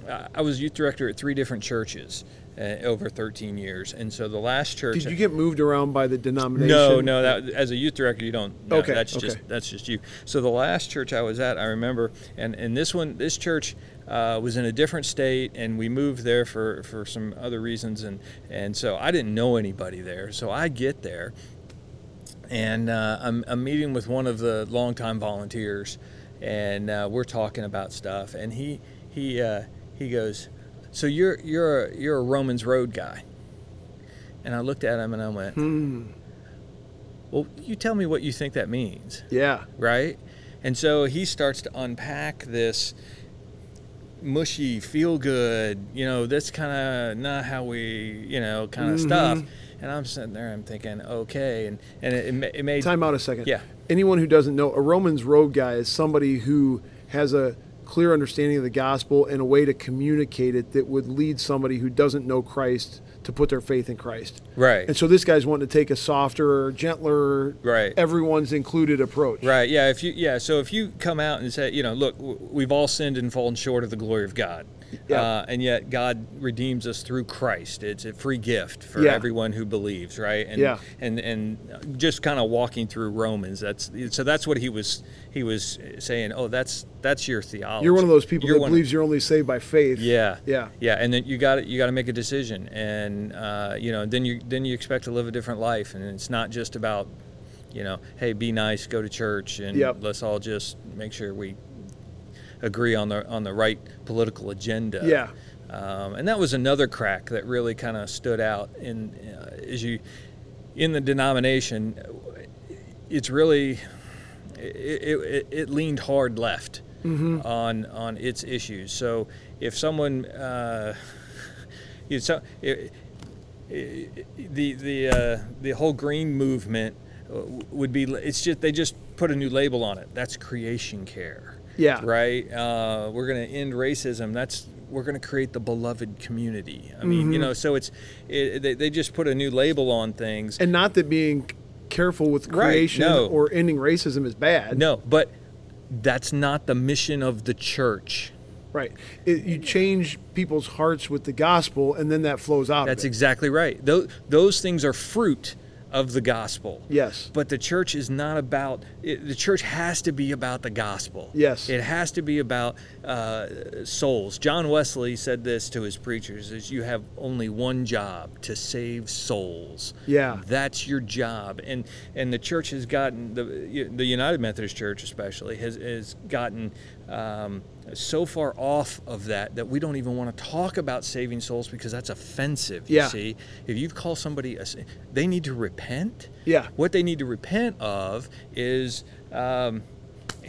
Speaker 4: I I was youth director at three different churches uh, over 13 years, and so the last church.
Speaker 2: Did you get moved around by the denomination?
Speaker 4: No, no. That as a youth director, you don't. No,
Speaker 2: Okay,
Speaker 4: That's
Speaker 2: okay.
Speaker 4: just that's just you. So the last church I was at, I remember, and and this one, this church. Uh, was in a different state, and we moved there for, for some other reasons, and, and so I didn't know anybody there. So I get there, and uh, I'm, I'm meeting with one of the longtime volunteers, and uh, we're talking about stuff. And he he uh, he goes, "So you're you're a, you're a Romans Road guy?" And I looked at him and I went, "Well, you tell me what you think that means,
Speaker 2: Yeah.
Speaker 4: right?" And so he starts to unpack this mushy, feel good, you know, that's kind of not how we, you know, kind of stuff. And I'm sitting there, I'm thinking, okay, and and it, it, ma- it made
Speaker 2: Time out a second.
Speaker 4: Yeah.
Speaker 2: Anyone who doesn't know, a Romans road guy is somebody who has a clear understanding of the gospel and a way to communicate it that would lead somebody who doesn't know Christ to put their faith in Christ.
Speaker 4: Right.
Speaker 2: And so this guy's wanting to take a softer, gentler,
Speaker 4: Right.
Speaker 2: everyone's included approach.
Speaker 4: Right. Yeah. If you yeah, so if you come out and say, you know, look, w- we've all sinned and fallen short of the glory of God,
Speaker 2: Yeah.
Speaker 4: uh, and yet God redeems us through Christ. It's a free gift for
Speaker 2: Yeah.
Speaker 4: everyone who believes, right? And,
Speaker 2: Yeah.
Speaker 4: And and just kind of walking through Romans. That's so that's what he was he was saying. Oh, that's that's your theology.
Speaker 2: You're one of those people that
Speaker 4: one of-
Speaker 2: believes you're only saved by faith.
Speaker 4: yeah.
Speaker 2: Yeah.
Speaker 4: Yeah. And then you got you got to make a decision, and uh, you know, then you then you expect to live a different life, and it's not just about, you know, hey, be nice, go to church, and
Speaker 2: Yep.
Speaker 4: let's all just make sure we agree on the on the right political agenda.
Speaker 2: Yeah.
Speaker 4: Um, and that was another crack that really kind of stood out in uh, as you in the denomination. It's really it, it, it- it leaned hard left
Speaker 2: Mm-hmm.
Speaker 4: on on its issues. So if someone, uh, you so it, it, the the uh, the whole green movement uh, would be it's just they just put a new label on it. That's creation care.
Speaker 2: Yeah.
Speaker 4: Right. Uh, we're gonna end racism. That's we're gonna create the beloved community. I mean, you
Speaker 2: Mm-hmm.
Speaker 4: know, so it's it, they, they just put a new label on things.
Speaker 2: And not that being careful with
Speaker 4: Right,
Speaker 2: creation
Speaker 4: no.
Speaker 2: or ending racism is bad.
Speaker 4: No, but that's not the mission of the church.
Speaker 2: Right. It, you change people's hearts with the gospel, and then that flows out.
Speaker 4: That's
Speaker 2: of it.
Speaker 4: exactly right. Those, those things are fruit of the gospel.
Speaker 2: Yes.
Speaker 4: But the church is not about, it, the church has to be about the gospel.
Speaker 2: Yes.
Speaker 4: It has to be about uh, souls. John Wesley said this to his preachers is you have only one job to save souls.
Speaker 2: Yeah.
Speaker 4: That's your job. And and the church has gotten the the United Methodist Church especially has has gotten um, so far off of that that we don't even want to talk about saving souls because that's offensive. You
Speaker 2: Yeah.
Speaker 4: see, if you call somebody a, sa- they need to repent.
Speaker 2: Yeah.
Speaker 4: What they need to repent of is. Um,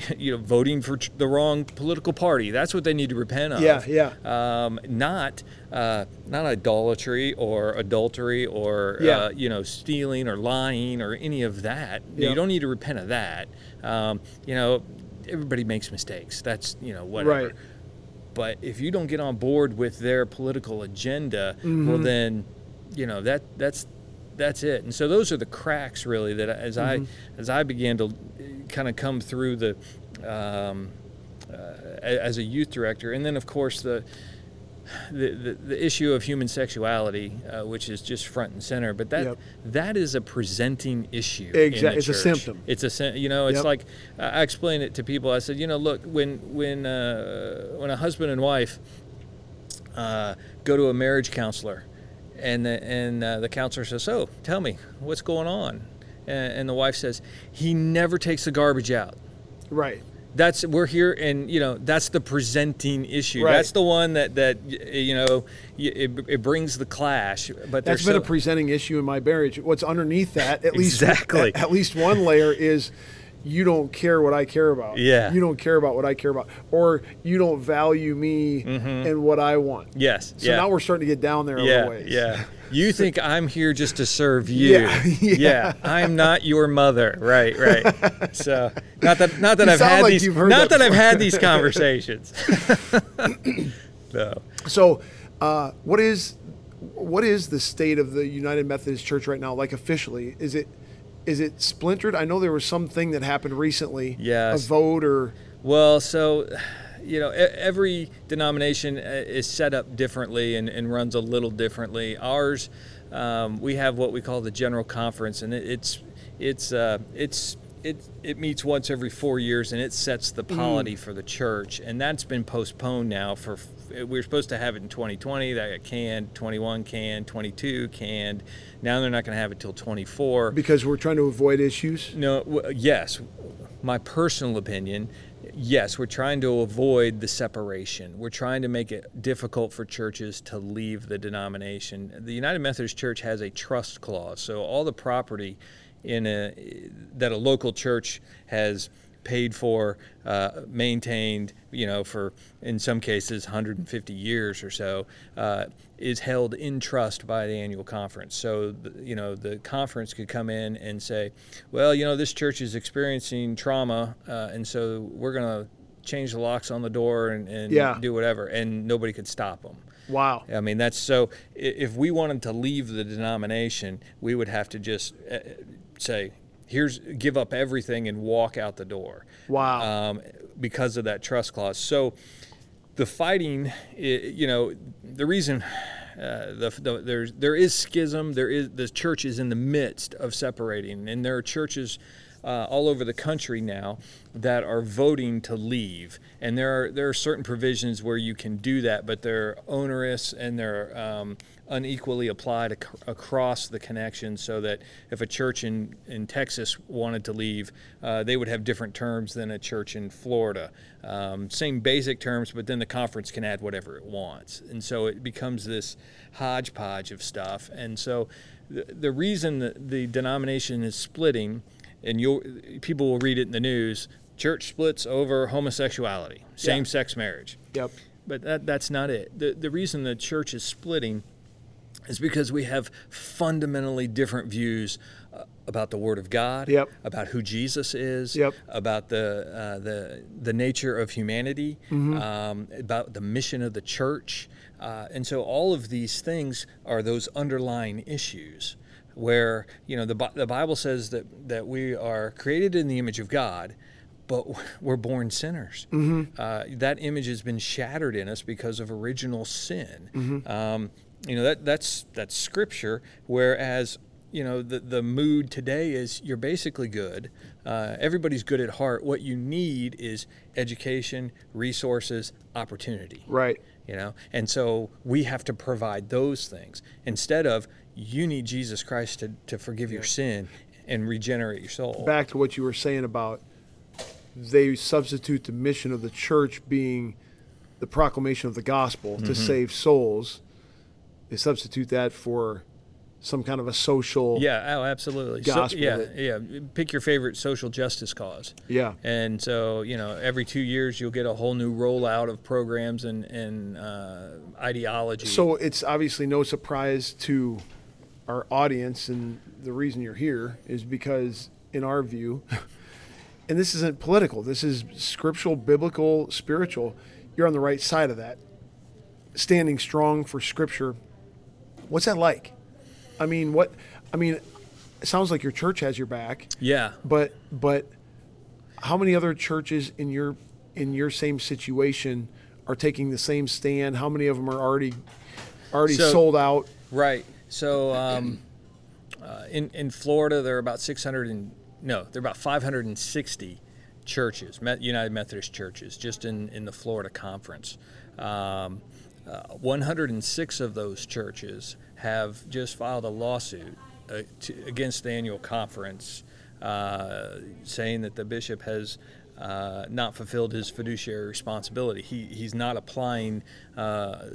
Speaker 4: you know, voting for ch- the wrong political party. That's what they need to repent of.
Speaker 2: Yeah, yeah.
Speaker 4: Um, not uh, not idolatry or adultery or
Speaker 2: Yeah.
Speaker 4: uh, you know stealing or lying or any of that.
Speaker 2: Yeah.
Speaker 4: You don't need to repent of that. Um, you know, everybody makes mistakes. That's you know whatever.
Speaker 2: Right.
Speaker 4: But if you don't get on board with their political agenda, well then, you know that that's that's it. And so those are the cracks really that as I as I began to kind of come through the um, uh, a- as a youth director, and then of course the the, the, the issue of human sexuality, uh, which is just front and center, but that
Speaker 2: Yep.
Speaker 4: that is a presenting issue. in
Speaker 2: Exac-
Speaker 4: the
Speaker 2: it's a
Speaker 4: church.
Speaker 2: symptom.
Speaker 4: It's a sym- you know it's
Speaker 2: Yep.
Speaker 4: like uh, I explain it to people. I said you know look when when uh, when a husband and wife uh, go to a marriage counselor, and the, and uh, the counselor says, "So, tell me what's going on," and, and the wife says, "He never takes the garbage out."
Speaker 2: Right.
Speaker 4: That's we're here, and you know that's the presenting issue.
Speaker 2: Right.
Speaker 4: That's the one that that y- you know y- it, it brings the clash. But
Speaker 2: That's
Speaker 4: there's
Speaker 2: been
Speaker 4: so,
Speaker 2: a presenting issue in my marriage. What's underneath that, at least
Speaker 4: Exactly.
Speaker 2: at, least one layer is you don't care what I care about.
Speaker 4: Yeah.
Speaker 2: You don't care about what I care about, or you don't value me and what I want.
Speaker 4: yes.
Speaker 2: So
Speaker 4: Mm-hmm. yeah.
Speaker 2: now we're starting to get down there a
Speaker 4: yeah,
Speaker 2: little ways.
Speaker 4: yeah. You think I'm here just to serve you?
Speaker 2: Yeah, yeah.
Speaker 4: I'm not your mother. Right, right. So not that not that
Speaker 2: You
Speaker 4: I've
Speaker 2: sound
Speaker 4: had
Speaker 2: like
Speaker 4: these
Speaker 2: you've heard
Speaker 4: not
Speaker 2: that
Speaker 4: that, I've had these conversations. no.
Speaker 2: So, uh, what is what is the state of the United Methodist Church right now? Like officially, is it is it splintered? I know there was something that happened recently.
Speaker 4: Yes.
Speaker 2: A vote or
Speaker 4: Well, so you know, e- every denomination uh, is set up differently and, and runs a little differently. Ours, um, we have what we call the general conference, and it, it's it's uh, it's it it meets once every four years, and it sets the polity for the church, and that's been postponed now for. f- We were supposed to have it in 2020. That got canned. 21 canned. 22 canned. Now they're not going to have it till 24.
Speaker 2: because we're trying to avoid issues.
Speaker 4: No, w- yes. My personal opinion, yes, we're trying to avoid the separation. We're trying to make it difficult for churches to leave the denomination. The United Methodist Church has a trust clause, so all the property in a that a local church has paid for, uh, maintained, you know, for in some cases 150 years or so, uh, is held in trust by the annual conference. So, th- you know, the conference could come in and say, well, you know, this church is experiencing trauma, uh, and so we're going to change the locks on the door and, and
Speaker 2: Yeah.
Speaker 4: do whatever, and nobody could stop them.
Speaker 2: Wow.
Speaker 4: I mean, that's so. i- If we wanted to leave the denomination, we would have to just uh, say, "Here's give up everything and walk out the door."
Speaker 2: Wow.
Speaker 4: Um, because of that trust clause. So, the fighting, i- you know, the reason uh, the, the there's there is schism. There is the church is in the midst of separating, and there are churches. Uh, all over the country now that are voting to leave, and there are there are certain provisions where you can do that, but they're onerous and they're um, unequally applied ac- across the connection. So that if a church in in Texas wanted to leave, uh, they would have different terms than a church in Florida. Um, same basic terms, but then the conference can add whatever it wants, and so it becomes this hodgepodge of stuff. And so the, the reason that the denomination is splitting, and you'll people will read it in the news. Church splits over homosexuality, same-sex marriage
Speaker 2: Yep.
Speaker 4: but that, that's not it. The, the reason the church is splitting is because we have fundamentally different views uh, about the Word of God,
Speaker 2: Yep.
Speaker 4: about who Jesus is,
Speaker 2: Yep.
Speaker 4: about the uh, the the nature of humanity,
Speaker 2: Mm-hmm.
Speaker 4: um, about the mission of the church, uh, and so all of these things are those underlying issues. Where you know the Bi- the Bible says that that we are created in the image of God, but we're born sinners. Uh, that image has been shattered in us because of original sin. Um, you know that that's that's scripture. Whereas you know the the mood today is you're basically good. Uh, everybody's good at heart. What you need is education, resources, opportunity
Speaker 2: Right.
Speaker 4: you know and so we have to provide those things instead of you need jesus christ to, to forgive your sin and regenerate your soul
Speaker 2: Back to what you were saying about they substitute the mission of the church being the proclamation of the gospel to save souls. They substitute that for some kind of a social.
Speaker 4: yeah oh absolutely
Speaker 2: Gospel
Speaker 4: yeah
Speaker 2: that-
Speaker 4: yeah pick your favorite social justice cause
Speaker 2: Yeah.
Speaker 4: and so you know every two years you'll get a whole new rollout of programs and and uh, ideology
Speaker 2: So it's obviously no surprise to our audience, and the reason you're here is because, in our view, and this isn't political, this is scriptural, biblical, spiritual, you're on the right side of that, standing strong for scripture. What's that like? I mean, what? I mean, it sounds like your church has your back,
Speaker 4: yeah
Speaker 2: but but how many other churches in your in your same situation are taking the same stand? How many of them are already already
Speaker 4: So-
Speaker 2: sold out?
Speaker 4: Right. So um, uh, in in Florida, there are about 600 and no, there are about 560 churches, Me- United Methodist churches, just in in the Florida conference. Um, uh, 106 of those churches have just filed a lawsuit uh, to, against the annual conference, uh, saying that the bishop has uh, not fulfilled his fiduciary responsibility. He, he's not applying uh,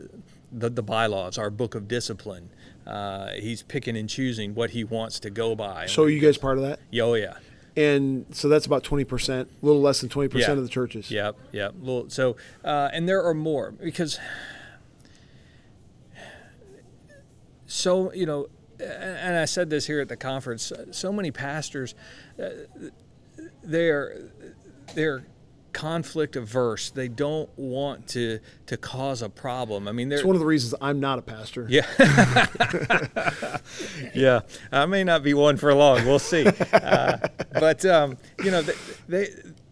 Speaker 4: the, the bylaws, our book of discipline. Uh, he's picking and choosing what he wants to go by.
Speaker 2: So are you guys part of that?
Speaker 4: Yeah, oh, yeah.
Speaker 2: And so that's about twenty percent, a little less than twenty
Speaker 4: Yeah.
Speaker 2: percent of the churches.
Speaker 4: Yep, yep. Little- So, uh, and there are more because, so you know, a- and I said this here at the conference. So many pastors, uh, they're they're conflict averse. They don't want to to cause a problem. I mean, they're
Speaker 2: It's one of the reasons I'm not a pastor.
Speaker 4: yeah. yeah. I may not be one for long. We'll see. Uh, but, um, you know, they, they,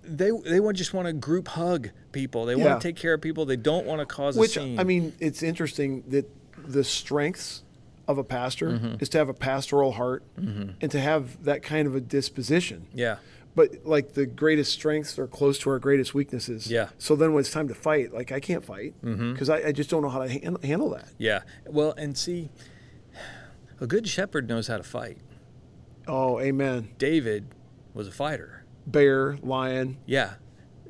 Speaker 4: they they want just want to group hug people. They
Speaker 2: Yeah.
Speaker 4: want to take care of people. They don't want to cause
Speaker 2: Which
Speaker 4: a scene.
Speaker 2: I mean, it's interesting that the strengths of a pastor
Speaker 4: Mm-hmm.
Speaker 2: is to have a pastoral heart and to have that kind of a disposition.
Speaker 4: yeah,
Speaker 2: But like the greatest strengths are close to our greatest weaknesses.
Speaker 4: Yeah. Mm-hmm.
Speaker 2: So then when it's time to fight, like I can't fight because I, I just don't know how to han- handle that.
Speaker 4: yeah. Well, and see, a good shepherd knows how to fight.
Speaker 2: Oh, amen.
Speaker 4: David was a fighter.
Speaker 2: Bear, lion,
Speaker 4: Yeah.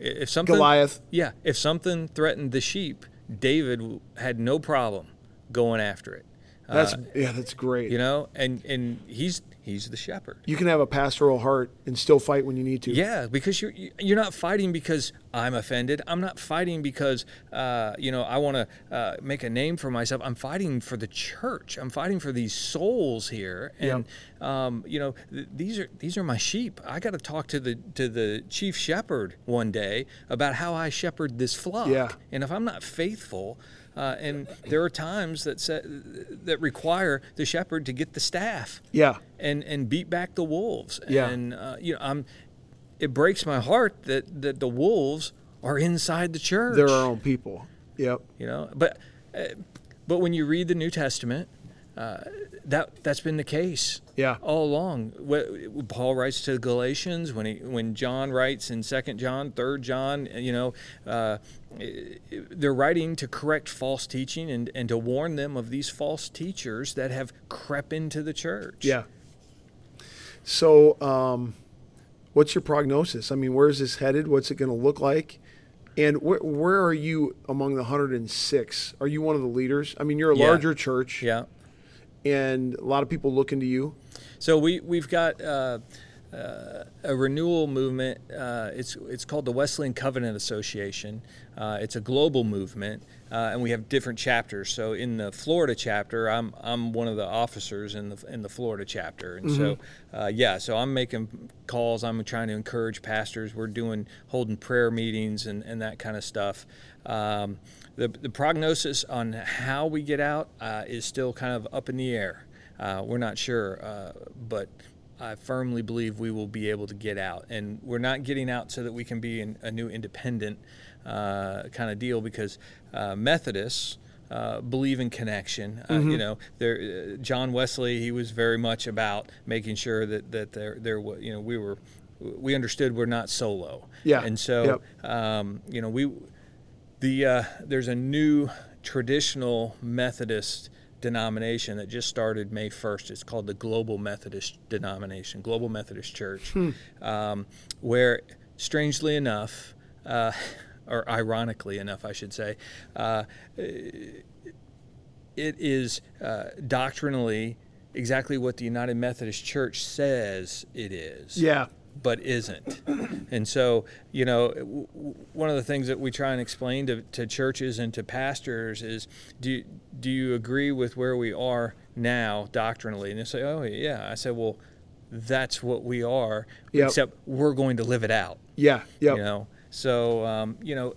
Speaker 4: I- If something
Speaker 2: Goliath.
Speaker 4: Yeah, if something threatened the sheep, David w- had no problem going after it.
Speaker 2: That's yeah, that's great.
Speaker 4: Uh, You know, and and he's he's the shepherd.
Speaker 2: you can have a pastoral heart and still fight when you need to.
Speaker 4: Yeah, because you're you're not fighting because I'm offended. I'm not fighting because uh, you know I want to uh, make a name for myself. I'm fighting for the church. I'm fighting for these souls here, and um, you know th- these are these are my sheep. I got to talk to the to the chief shepherd one day about how I shepherd this flock.
Speaker 2: Yeah.
Speaker 4: And if I'm not faithful, uh, and there are times that sa that require the shepherd to get the staff
Speaker 2: Yeah.
Speaker 4: and and beat back the wolves.
Speaker 2: Yeah.
Speaker 4: And uh, you know, I'm. It breaks my heart that that the wolves are inside the church.
Speaker 2: They're our own people. Yep.
Speaker 4: You know, but uh, but when you read the New Testament, uh, that that's been the case.
Speaker 2: Yeah.
Speaker 4: All along, Wh- Paul writes to the Galatians when he when John writes in Second John, Third John, you know. Uh, they're writing to correct false teaching and, and to warn them of these false teachers that have crept into the church.
Speaker 2: Yeah. So, um, what's your prognosis? I mean, where is this headed? What's it going to look like? And where, where are you among the 106? Are you one of the leaders? I mean, you're a
Speaker 4: Yeah.
Speaker 2: larger church,
Speaker 4: Yeah.
Speaker 2: and a lot of people looking to you.
Speaker 4: So we we've got uh, uh, a renewal movement. Uh, it's it's called the Wesleyan Covenant Association. Uh, it's a global movement, uh, and we have different chapters. So in the Florida chapter, I'm I'm one of the officers in the in the Florida chapter, and so uh, yeah, so I'm making calls. I'm trying to encourage pastors. We're doing holding prayer meetings and, and that kind of stuff. Um, the, the prognosis on how we get out uh, is still kind of up in the air. Uh, we're not sure, uh, but I firmly believe we will be able to get out. And we're not getting out so that we can be in a new independent uh, kind of deal because uh, Methodists. Uh, believe in connection. Uh, You know, there, uh, John Wesley. He was very much about making sure that that there, there. wa- You know, we were, we understood we're not solo.
Speaker 2: Yeah.
Speaker 4: And so, um, you know, we the uh, there's a new traditional Methodist denomination that just started May 1st. It's called the Global Methodist denomination, Global Methodist Church, um, where strangely enough, uh, or ironically enough, I should say, uh, it is uh, doctrinally exactly what the United Methodist Church says it is
Speaker 2: Yeah.
Speaker 4: but isn't. And so, you know, w- w- one of the things that we try and explain to, to churches and to pastors is do you, do you agree with where we are now doctrinally? And they say, oh, yeah. I said, well, that's what we are,
Speaker 2: Yep.
Speaker 4: except we're going to live it out
Speaker 2: Yeah. Yeah.
Speaker 4: you know so um, you know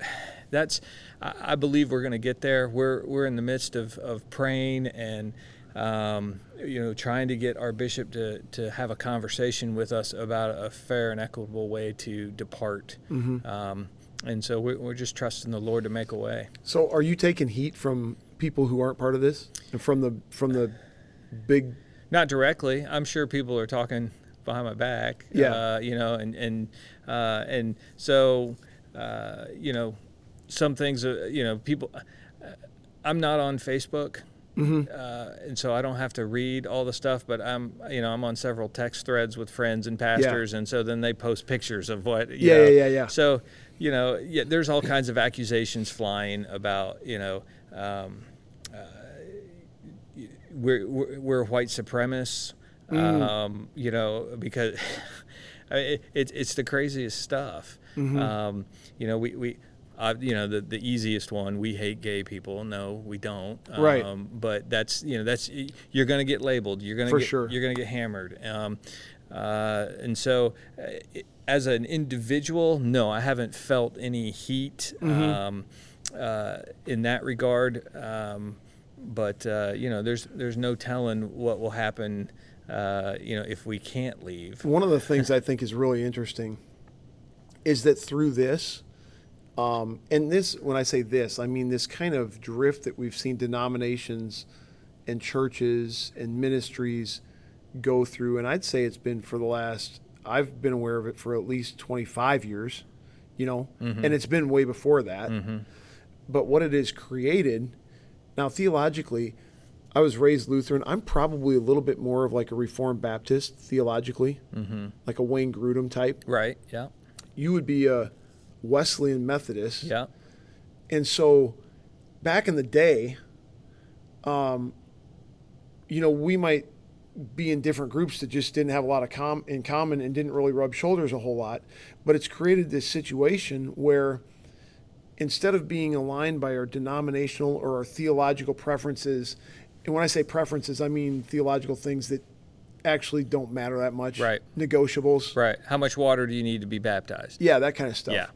Speaker 4: that's i, I believe we're going to get there we're we're in the midst of, of praying and um, you know trying to get our bishop to, to have a conversation with us about a fair and equitable way to depart um, and so we're, we're just trusting the lord to make a way
Speaker 2: So, are you taking heat from people who aren't part of this, and from the from the big?
Speaker 4: not directly. I'm sure people are talking behind my back.
Speaker 2: Yeah.
Speaker 4: Uh, you know, and and uh, and so uh, you know, some things. Uh, you know, people. uh, I'm not on Facebook,
Speaker 2: Mm-hmm.
Speaker 4: uh, and so I don't have to read all the stuff. But I'm, you know, I'm on several text threads with friends and pastors, and so then they post pictures of what. you
Speaker 2: Yeah,
Speaker 4: know.
Speaker 2: yeah, yeah, yeah.
Speaker 4: So, you know, yeah, there's all kinds of accusations flying about, you know. Um, we're we're, we're white supremacists,
Speaker 2: Mm.
Speaker 4: um, you know, because I mean, it, it's it's the craziest stuff.
Speaker 2: Mm-hmm.
Speaker 4: Um, you know, we we. Uh, you know the, the easiest one. We hate gay people. No, we don't. Um,
Speaker 2: Right.
Speaker 4: But that's you know that's you're gonna get labeled. You're gonna
Speaker 2: For
Speaker 4: get,
Speaker 2: sure.
Speaker 4: You're gonna get hammered. Um, uh, and so, uh, it- as an individual, no, I haven't felt any heat
Speaker 2: Mm-hmm.
Speaker 4: um, uh, in that regard. Um, but uh, you know, there's there's no telling what will happen. Uh, you know, if we can't leave.
Speaker 2: One of the things I think is really interesting is that through this, um, and this, when I say this, I mean this kind of drift that we've seen denominations and churches and ministries go through. And I'd say it's been for the last, I've been aware of it for at least 25 years, you know, and it's been way before that. But what it has created, now theologically, I was raised Lutheran. I'm probably a little bit more of like a Reformed Baptist theologically, like a Wayne Grudem type
Speaker 4: Right. Yeah.
Speaker 2: you would be a Wesleyan Methodist.
Speaker 4: Yeah.
Speaker 2: And so back in the day, um, you know, we might be in different groups that just didn't have a lot of com- in common and didn't really rub shoulders a whole lot. But it's created this situation where instead of being aligned by our denominational or our theological preferences, and when I say preferences, I mean theological things that actually don't matter that much.
Speaker 4: Right.
Speaker 2: Negotiables.
Speaker 4: Right. How much water do you need to be baptized?
Speaker 2: Yeah, that kind of stuff.
Speaker 4: Yeah.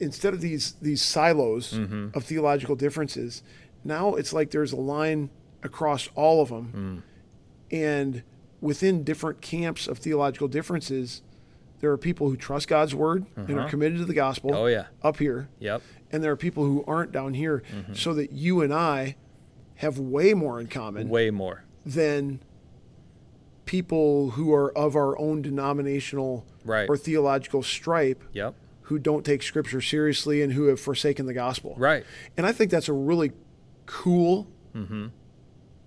Speaker 2: instead of these these silos
Speaker 4: Mm-hmm.
Speaker 2: of theological differences, now it's like there's a line across all of them,
Speaker 4: Mm.
Speaker 2: and within different camps of theological differences, there are people who trust God's word and are committed to the gospel.
Speaker 4: Uh-huh. Oh, yeah.
Speaker 2: up here,
Speaker 4: Yep.
Speaker 2: and there are people who aren't down here.
Speaker 4: Mm-hmm.
Speaker 2: So that you and I have way more in common
Speaker 4: Way more.
Speaker 2: than people who are of our own denominational
Speaker 4: Right.
Speaker 2: or theological stripe
Speaker 4: Yep.
Speaker 2: who don't take scripture seriously and who have forsaken the gospel.
Speaker 4: Right.
Speaker 2: And I think that's a really cool
Speaker 4: Mm-hmm.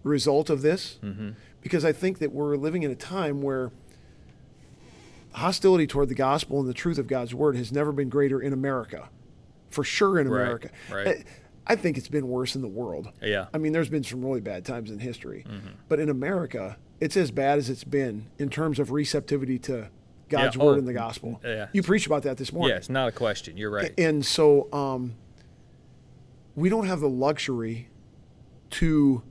Speaker 2: result of this because I think that we're living in a time where hostility toward the gospel and the truth of God's word has never been greater in America, for sure in
Speaker 4: Right,
Speaker 2: America.
Speaker 4: right.
Speaker 2: I- I think it's been worse in the world.
Speaker 4: Yeah.
Speaker 2: I mean, there's been some really bad times in history,
Speaker 4: Mm-hmm.
Speaker 2: but in America, it's as bad as it's been in terms of receptivity to God's
Speaker 4: Yeah,
Speaker 2: word
Speaker 4: oh,
Speaker 2: and the gospel.
Speaker 4: yeah.
Speaker 2: You preach about that this morning.
Speaker 4: Yeah. It's not a question. You're right.
Speaker 2: And so um, we don't have the luxury to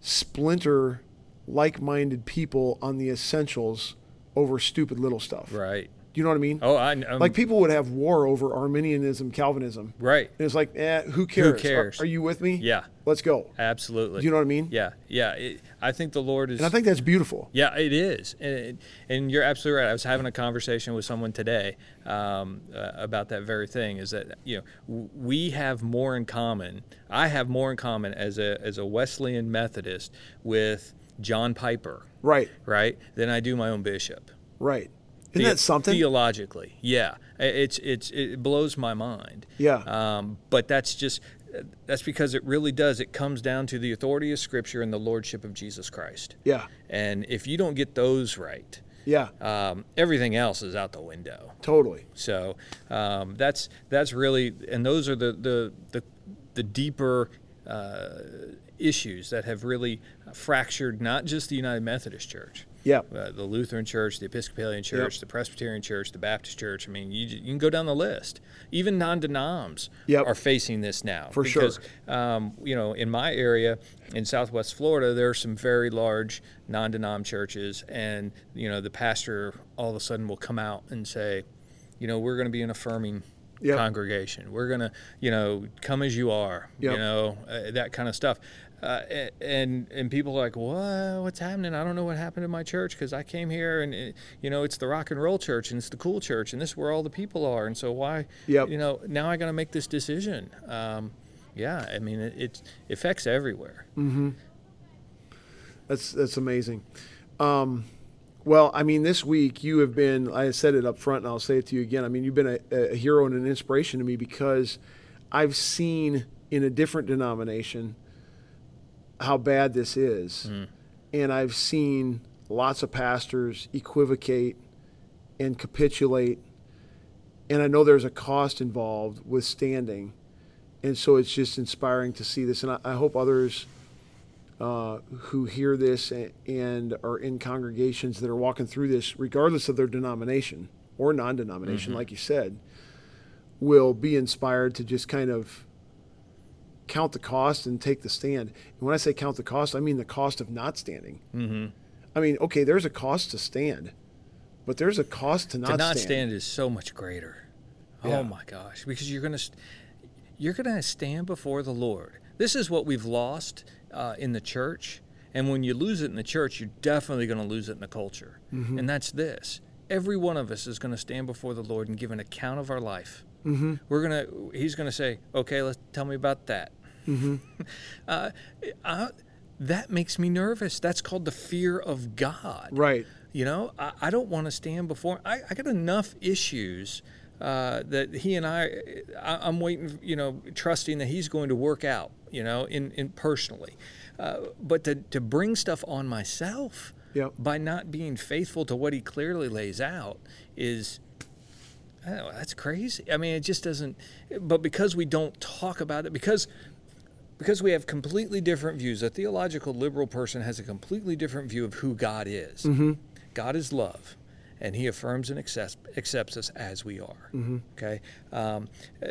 Speaker 2: splinter like minded people on the essentials over stupid little stuff.
Speaker 4: Right.
Speaker 2: Do you know what I mean?
Speaker 4: Oh, I I'm,
Speaker 2: like people would have war over Arminianism, Calvinism.
Speaker 4: Right.
Speaker 2: And it's like, eh, who cares? Are-
Speaker 4: cares?
Speaker 2: Are, you with me?
Speaker 4: Yeah.
Speaker 2: Let's go.
Speaker 4: Absolutely.
Speaker 2: Do you know what I mean?
Speaker 4: Yeah. Yeah. It, I think the Lord is.
Speaker 2: And I think that's beautiful.
Speaker 4: Yeah, it is, and, it- and you're absolutely right. I was having a conversation with someone today um, uh, about that very thing. Is that you know w- we have more in common. I have more in common as a as a Wesleyan Methodist with John Piper,
Speaker 2: Right.
Speaker 4: right, than I do my own bishop.
Speaker 2: Right. Isn't
Speaker 4: Theo-
Speaker 2: that something?
Speaker 4: Theologically, yeah, I- it's it's it blows my mind.
Speaker 2: Yeah.
Speaker 4: Um, but that's just that's because it really does. It comes down to the authority of Scripture and the lordship of Jesus Christ.
Speaker 2: Yeah.
Speaker 4: And if you don't get those right,
Speaker 2: Yeah.
Speaker 4: um, everything else is out the window.
Speaker 2: totally.
Speaker 4: So um, that's that's really, and those are the the the, the deeper uh, issues that have really fractured not just the United Methodist Church.
Speaker 2: Yep.
Speaker 4: Uh, the Lutheran Church, the Episcopalian Church, the Presbyterian Church, the Baptist Church. I mean, you, you can go down the list. Even non-denoms
Speaker 2: Yep.
Speaker 4: are facing this now.
Speaker 2: For sure.
Speaker 4: because, Um, you know, in my area in Southwest Florida, there are some very large non-denom churches, and you know, the pastor all of a sudden will come out and say, you know, we're going to be an affirming
Speaker 2: Yep.
Speaker 4: congregation. We're going to, you know, come as you are.
Speaker 2: Yep.
Speaker 4: You know, uh, that kind of stuff. Uh, a- and and people are like, what? What's happening? I don't know what happened to my church because I came here and it, you know it's the rock and roll church and it's the cool church and this is where all the people are and so why?
Speaker 2: Yep.
Speaker 4: You know now I got to make this decision. Um, yeah, I mean it, it affects everywhere.
Speaker 2: That's that's amazing. Um, well, I mean, this week you have been. I said it up front, and I'll say it to you again. I mean, you've been a, a hero and an inspiration to me because I've seen in a different denomination how bad this is, and I've seen lots of pastors equivocate and capitulate, and I know there's a cost involved with standing, and so it's just inspiring to see this, and I, I hope others uh, who hear this a- and are in congregations that are walking through this, regardless of their denomination or non denomination, like you said, will be inspired to just kind of count the cost and take the stand. And when I say count the cost, I mean the cost of not standing. Mm-hmm. I mean, okay, there's a cost to stand, but there's a cost to not,
Speaker 4: to not
Speaker 2: stand.
Speaker 4: stand. is so much greater.
Speaker 2: Yeah.
Speaker 4: Oh my gosh, because you're gonna st- you're gonna stand before the Lord. This is what we've lost uh, in the church, and when you lose it in the church, you're definitely gonna lose it in the culture, and that's this. every one of us is going to stand before the Lord and give an account of our life. Mm-hmm. We're gonna. He's gonna say, "Okay, let's tell me about that." uh, I, that makes me nervous. That's called the fear of God.
Speaker 2: Right.
Speaker 4: You know, I, I don't want to stand before. I, I got enough issues uh, that he and I, I, I'm waiting, you know, trusting that he's going to work out, you know, in, in personally. Uh, but to, to bring stuff on myself
Speaker 2: Yep.
Speaker 4: by not being faithful to what he clearly lays out is. I don't know, that's crazy. I mean, it just doesn't. But because we don't talk about it, because because we have completely different views. A theological liberal person has a completely different view of who God is. God is love, and He affirms and accepts, accepts us as we are. Okay, um, uh,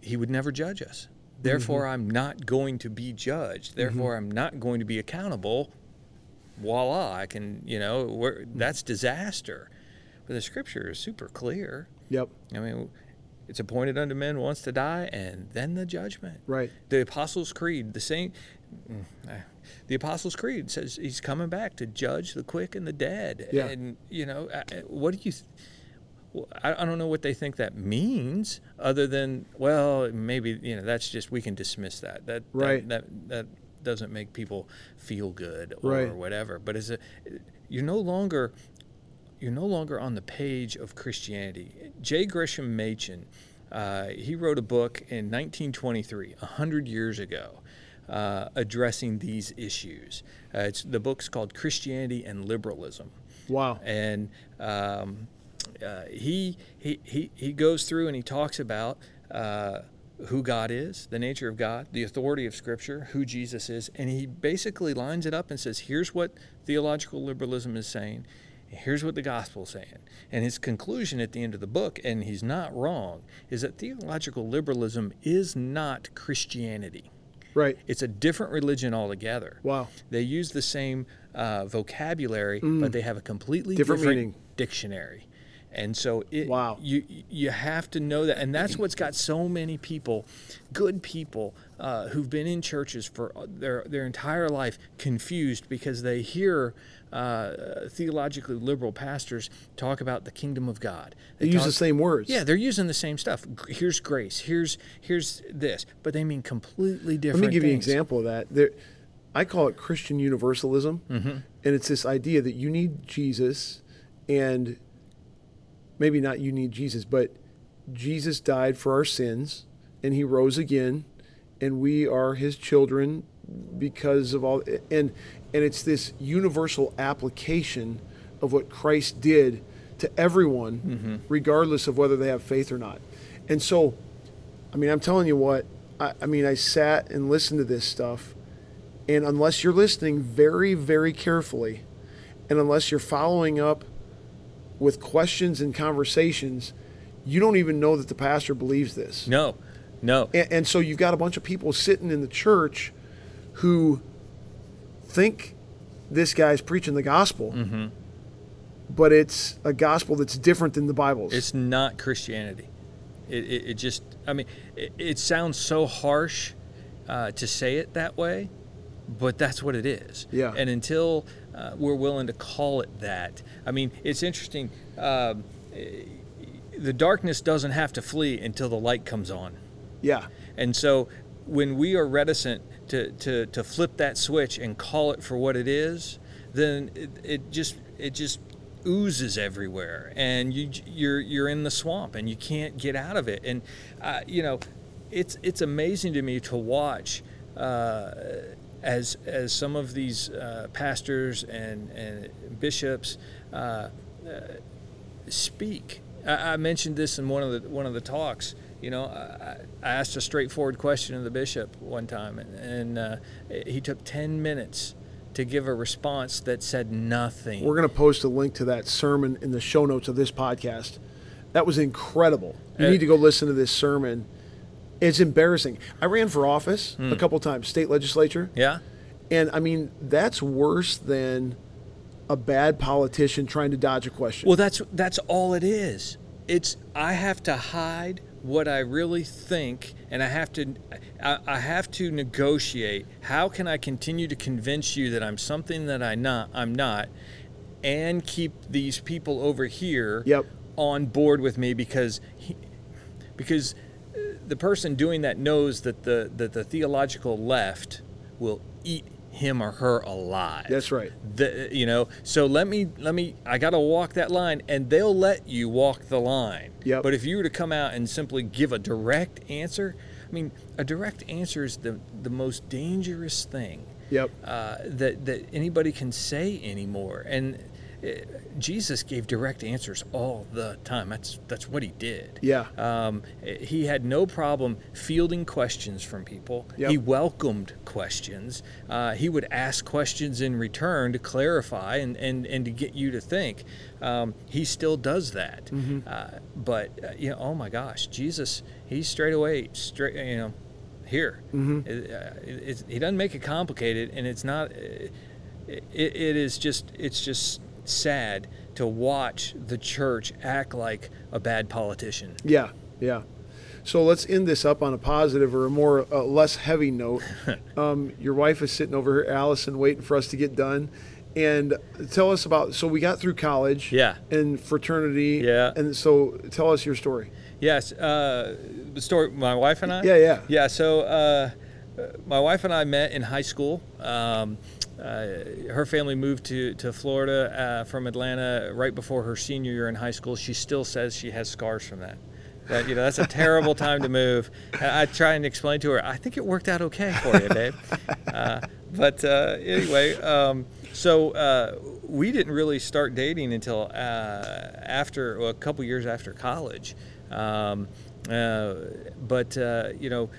Speaker 4: He would never judge us. Therefore, I'm not going to be judged. Therefore, I'm not going to be accountable. Voila! I can, you know, we're, that's disaster. But the Scripture is super clear.
Speaker 2: Yep.
Speaker 4: I mean, it's appointed unto men once to die, and then the judgment.
Speaker 2: Right.
Speaker 4: The Apostles' Creed, the same. mm, eh. The Apostles' Creed says he's coming back to judge the quick and the dead.
Speaker 2: Yeah.
Speaker 4: And you know, I- I- what do you? th- well, I I don't know what they think that means, other than well, maybe you know that's just we can dismiss that. That that-
Speaker 2: Right.
Speaker 4: That that, doesn't make people feel good or
Speaker 2: Right.
Speaker 4: whatever. But is it? You're no longer you're no longer on the page of Christianity. J. Gresham Machen, uh, he wrote a book in 1923, 100 years ago, uh, addressing these issues. Uh, it's, the book's called Christianity and Liberalism.
Speaker 2: Wow.
Speaker 4: And um, uh, he, he, he, he goes through and he talks about uh, who God is, the nature of God, the authority of Scripture, who Jesus is. And he basically lines it up and says, here's what theological liberalism is saying. Here's what the gospel's saying. And his conclusion at the end of the book, and he's not wrong, is that theological liberalism is not Christianity.
Speaker 2: Right.
Speaker 4: It's a different religion altogether.
Speaker 2: Wow.
Speaker 4: They use the same uh, vocabulary, but they have a completely
Speaker 2: Mm. Different
Speaker 4: different,
Speaker 2: meaning.
Speaker 4: dictionary. And so it,
Speaker 2: Wow.
Speaker 4: you you have to know that, and that's what's got so many people, good people, uh, who've been in churches for uh, their their entire life confused because they hear uh, theologically liberal pastors talk about the kingdom of God.
Speaker 2: They use
Speaker 4: talk-
Speaker 2: the same words.
Speaker 4: Yeah, they're using the same stuff. Gr- Here's grace. Here's here's this, but they mean completely
Speaker 2: Let
Speaker 4: different.
Speaker 2: me give you an
Speaker 4: things.
Speaker 2: example of that. There, I call it Christian universalism,
Speaker 4: Mm-hmm.
Speaker 2: and it's this idea that you need Jesus, and maybe not you need Jesus, but Jesus died for our sins, and He rose again, and we are His children because of all and and it's this universal application of what Christ did to everyone,
Speaker 4: Mm-hmm.
Speaker 2: regardless of whether they have faith or not, and so. I mean, I'm telling you what, I, I mean, I sat and listened to this stuff, and unless you're listening very, very carefully, and unless you're following up with questions and conversations, you don't even know that the pastor believes this.
Speaker 4: No, no.
Speaker 2: And, and so you've got a bunch of people sitting in the church who think this guy's preaching the gospel,
Speaker 4: Mm-hmm.
Speaker 2: but it's a gospel that's different than the Bible's.
Speaker 4: It's not Christianity. It, it, it just, I mean, it, it sounds so harsh uh, to say it that way, but that's what it is.
Speaker 2: Yeah.
Speaker 4: And until uh, we're willing to call it that, I mean, it's interesting. Um, eh, the darkness doesn't have to flee until the light comes on.
Speaker 2: yeah.
Speaker 4: And so when we are reticent to, to, to flip that switch and call it for what it is, then it, it just it just oozes everywhere and you j- you're you're in the swamp and you can't get out of it. And uh, you know, it's it's amazing to me to watch uh, as as some of these uh, pastors and and bishops uh, uh, speak. I, I mentioned this in one of the one of the talks. You know, I, I asked a straightforward question of the bishop one time, and, and uh, he took ten minutes to give a response that said nothing.
Speaker 2: We're going to post a link to that sermon in the show notes of this podcast. That was incredible. You
Speaker 4: Uh,
Speaker 2: need to go listen to this sermon. It's embarrassing. I ran for office a couple times, state legislature.
Speaker 4: Hmm. yeah,
Speaker 2: And I mean, that's worse than a bad politician trying to dodge a question.
Speaker 4: Well, that's that's all it is. It's I have to hide what I really think, and I have to I, I have to negotiate. How can I continue to convince you that I'm something that I not I'm not, and keep these people over here
Speaker 2: Yep.
Speaker 4: on board with me because he, because uh, the person doing that knows that the that the theological left will eat him or her alive.
Speaker 2: That's right.
Speaker 4: The, you know, so let me let me I got to walk that line and they'll let you walk the line.
Speaker 2: Yep.
Speaker 4: But if you were to come out and simply give a direct answer, I mean, a direct answer is the the most dangerous thing
Speaker 2: Yep.
Speaker 4: uh, that that anybody can say anymore. And uh, Jesus gave direct answers all the time. That's that's what he did.
Speaker 2: Yeah.
Speaker 4: Um, he had no problem fielding questions from people.
Speaker 2: Yep.
Speaker 4: He welcomed questions. Uh, he would ask questions in return to clarify and, and, and to get you to think. Um, he still does that. Uh, but uh, you know, oh my gosh, Jesus, he straight away straight you know here. It- uh, it- it's- he doesn't make it complicated, and it's not. uh, It, it, it is just. It's just sad to watch the church act like a bad politician.
Speaker 2: Yeah, yeah. So let's end this up on a positive or a more uh, less heavy note. um, your wife is sitting over here, Allison, waiting for us to get done. And tell us about. So we got through college.
Speaker 4: Yeah.
Speaker 2: And fraternity.
Speaker 4: Yeah.
Speaker 2: And so tell us your story.
Speaker 4: Yes. Uh, the story. My wife and I.
Speaker 2: Yeah, yeah.
Speaker 4: Yeah. So uh, my wife and I met in high school. Um, uh, her family moved to to Florida uh, from Atlanta right before her senior year in high school. She still says she has scars from that. That, you know that's a terrible time to move. And I try and explain to her. I think it worked out okay for you, babe. Uh, but uh, anyway, um, so uh, we didn't really start dating until uh, after well, a couple years after college. Um, uh, but uh, you know,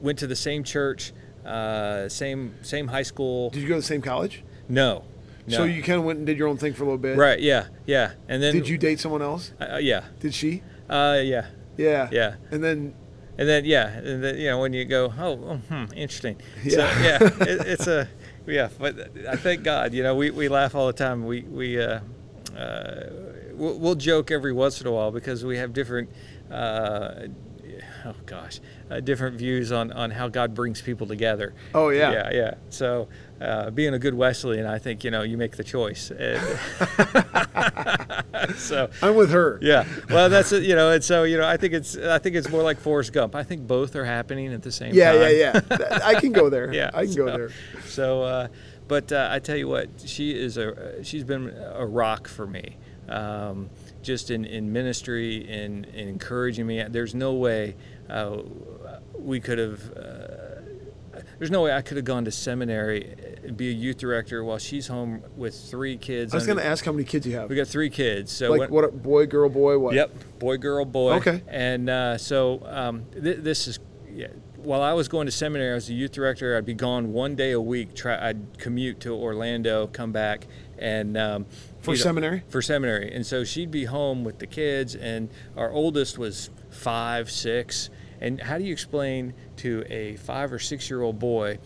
Speaker 4: went to the same church, uh, same same high school.
Speaker 2: Did you go to the same college?
Speaker 4: No, no.
Speaker 2: So you kind of went and did your own thing for a little bit.
Speaker 4: right? Yeah, yeah. And then
Speaker 2: Did you date someone else?
Speaker 4: Uh, yeah,
Speaker 2: Did she?
Speaker 4: uh, yeah.
Speaker 2: Yeah.
Speaker 4: Yeah.
Speaker 2: And then
Speaker 4: And then yeah, and then, you know when you go, oh, oh, hmm, interesting. So yeah, it, it's a yeah. But I thank God, you know, we, we laugh all the time. We we uh, uh, we'll, we'll joke every once in a while because we have different. Uh, Oh gosh, uh, different views on, on how God brings people together.
Speaker 2: Oh, yeah.
Speaker 4: yeah, yeah. So, uh, being a good Wesleyan, I think you know you make the choice. And- so,
Speaker 2: I'm with her.
Speaker 4: yeah. Well, that's it. You know, and so you know, I think it's I think it's more like Forrest Gump. I think both are happening at the same
Speaker 2: Yeah,
Speaker 4: time.
Speaker 2: yeah, yeah. That- I can go there.
Speaker 4: Yeah,
Speaker 2: I can go
Speaker 4: so-
Speaker 2: there.
Speaker 4: So, uh, but uh, I tell you what, she is a she's been a rock for me, um, just in in ministry and, and encouraging me. There's no way uh, we could have. Uh, there's no way I could have gone to seminary, uh, be a youth director while she's home with three kids.
Speaker 2: I was going
Speaker 4: under-
Speaker 2: to ask how many kids you have.
Speaker 4: We got three kids. So
Speaker 2: like
Speaker 4: when-
Speaker 2: what? a- Boy, girl, boy, what?
Speaker 4: Yep, boy, girl, boy.
Speaker 2: Okay.
Speaker 4: And uh, so um, th- this is, yeah, while I was going to seminary, I was a youth director. I'd be gone one day a week. Try, I'd commute to Orlando, come back, and um,
Speaker 2: For
Speaker 4: you know,
Speaker 2: seminary?
Speaker 4: for seminary. And so she'd be home with the kids, and our oldest was five, six. And how do you explain to a five or six year old boy,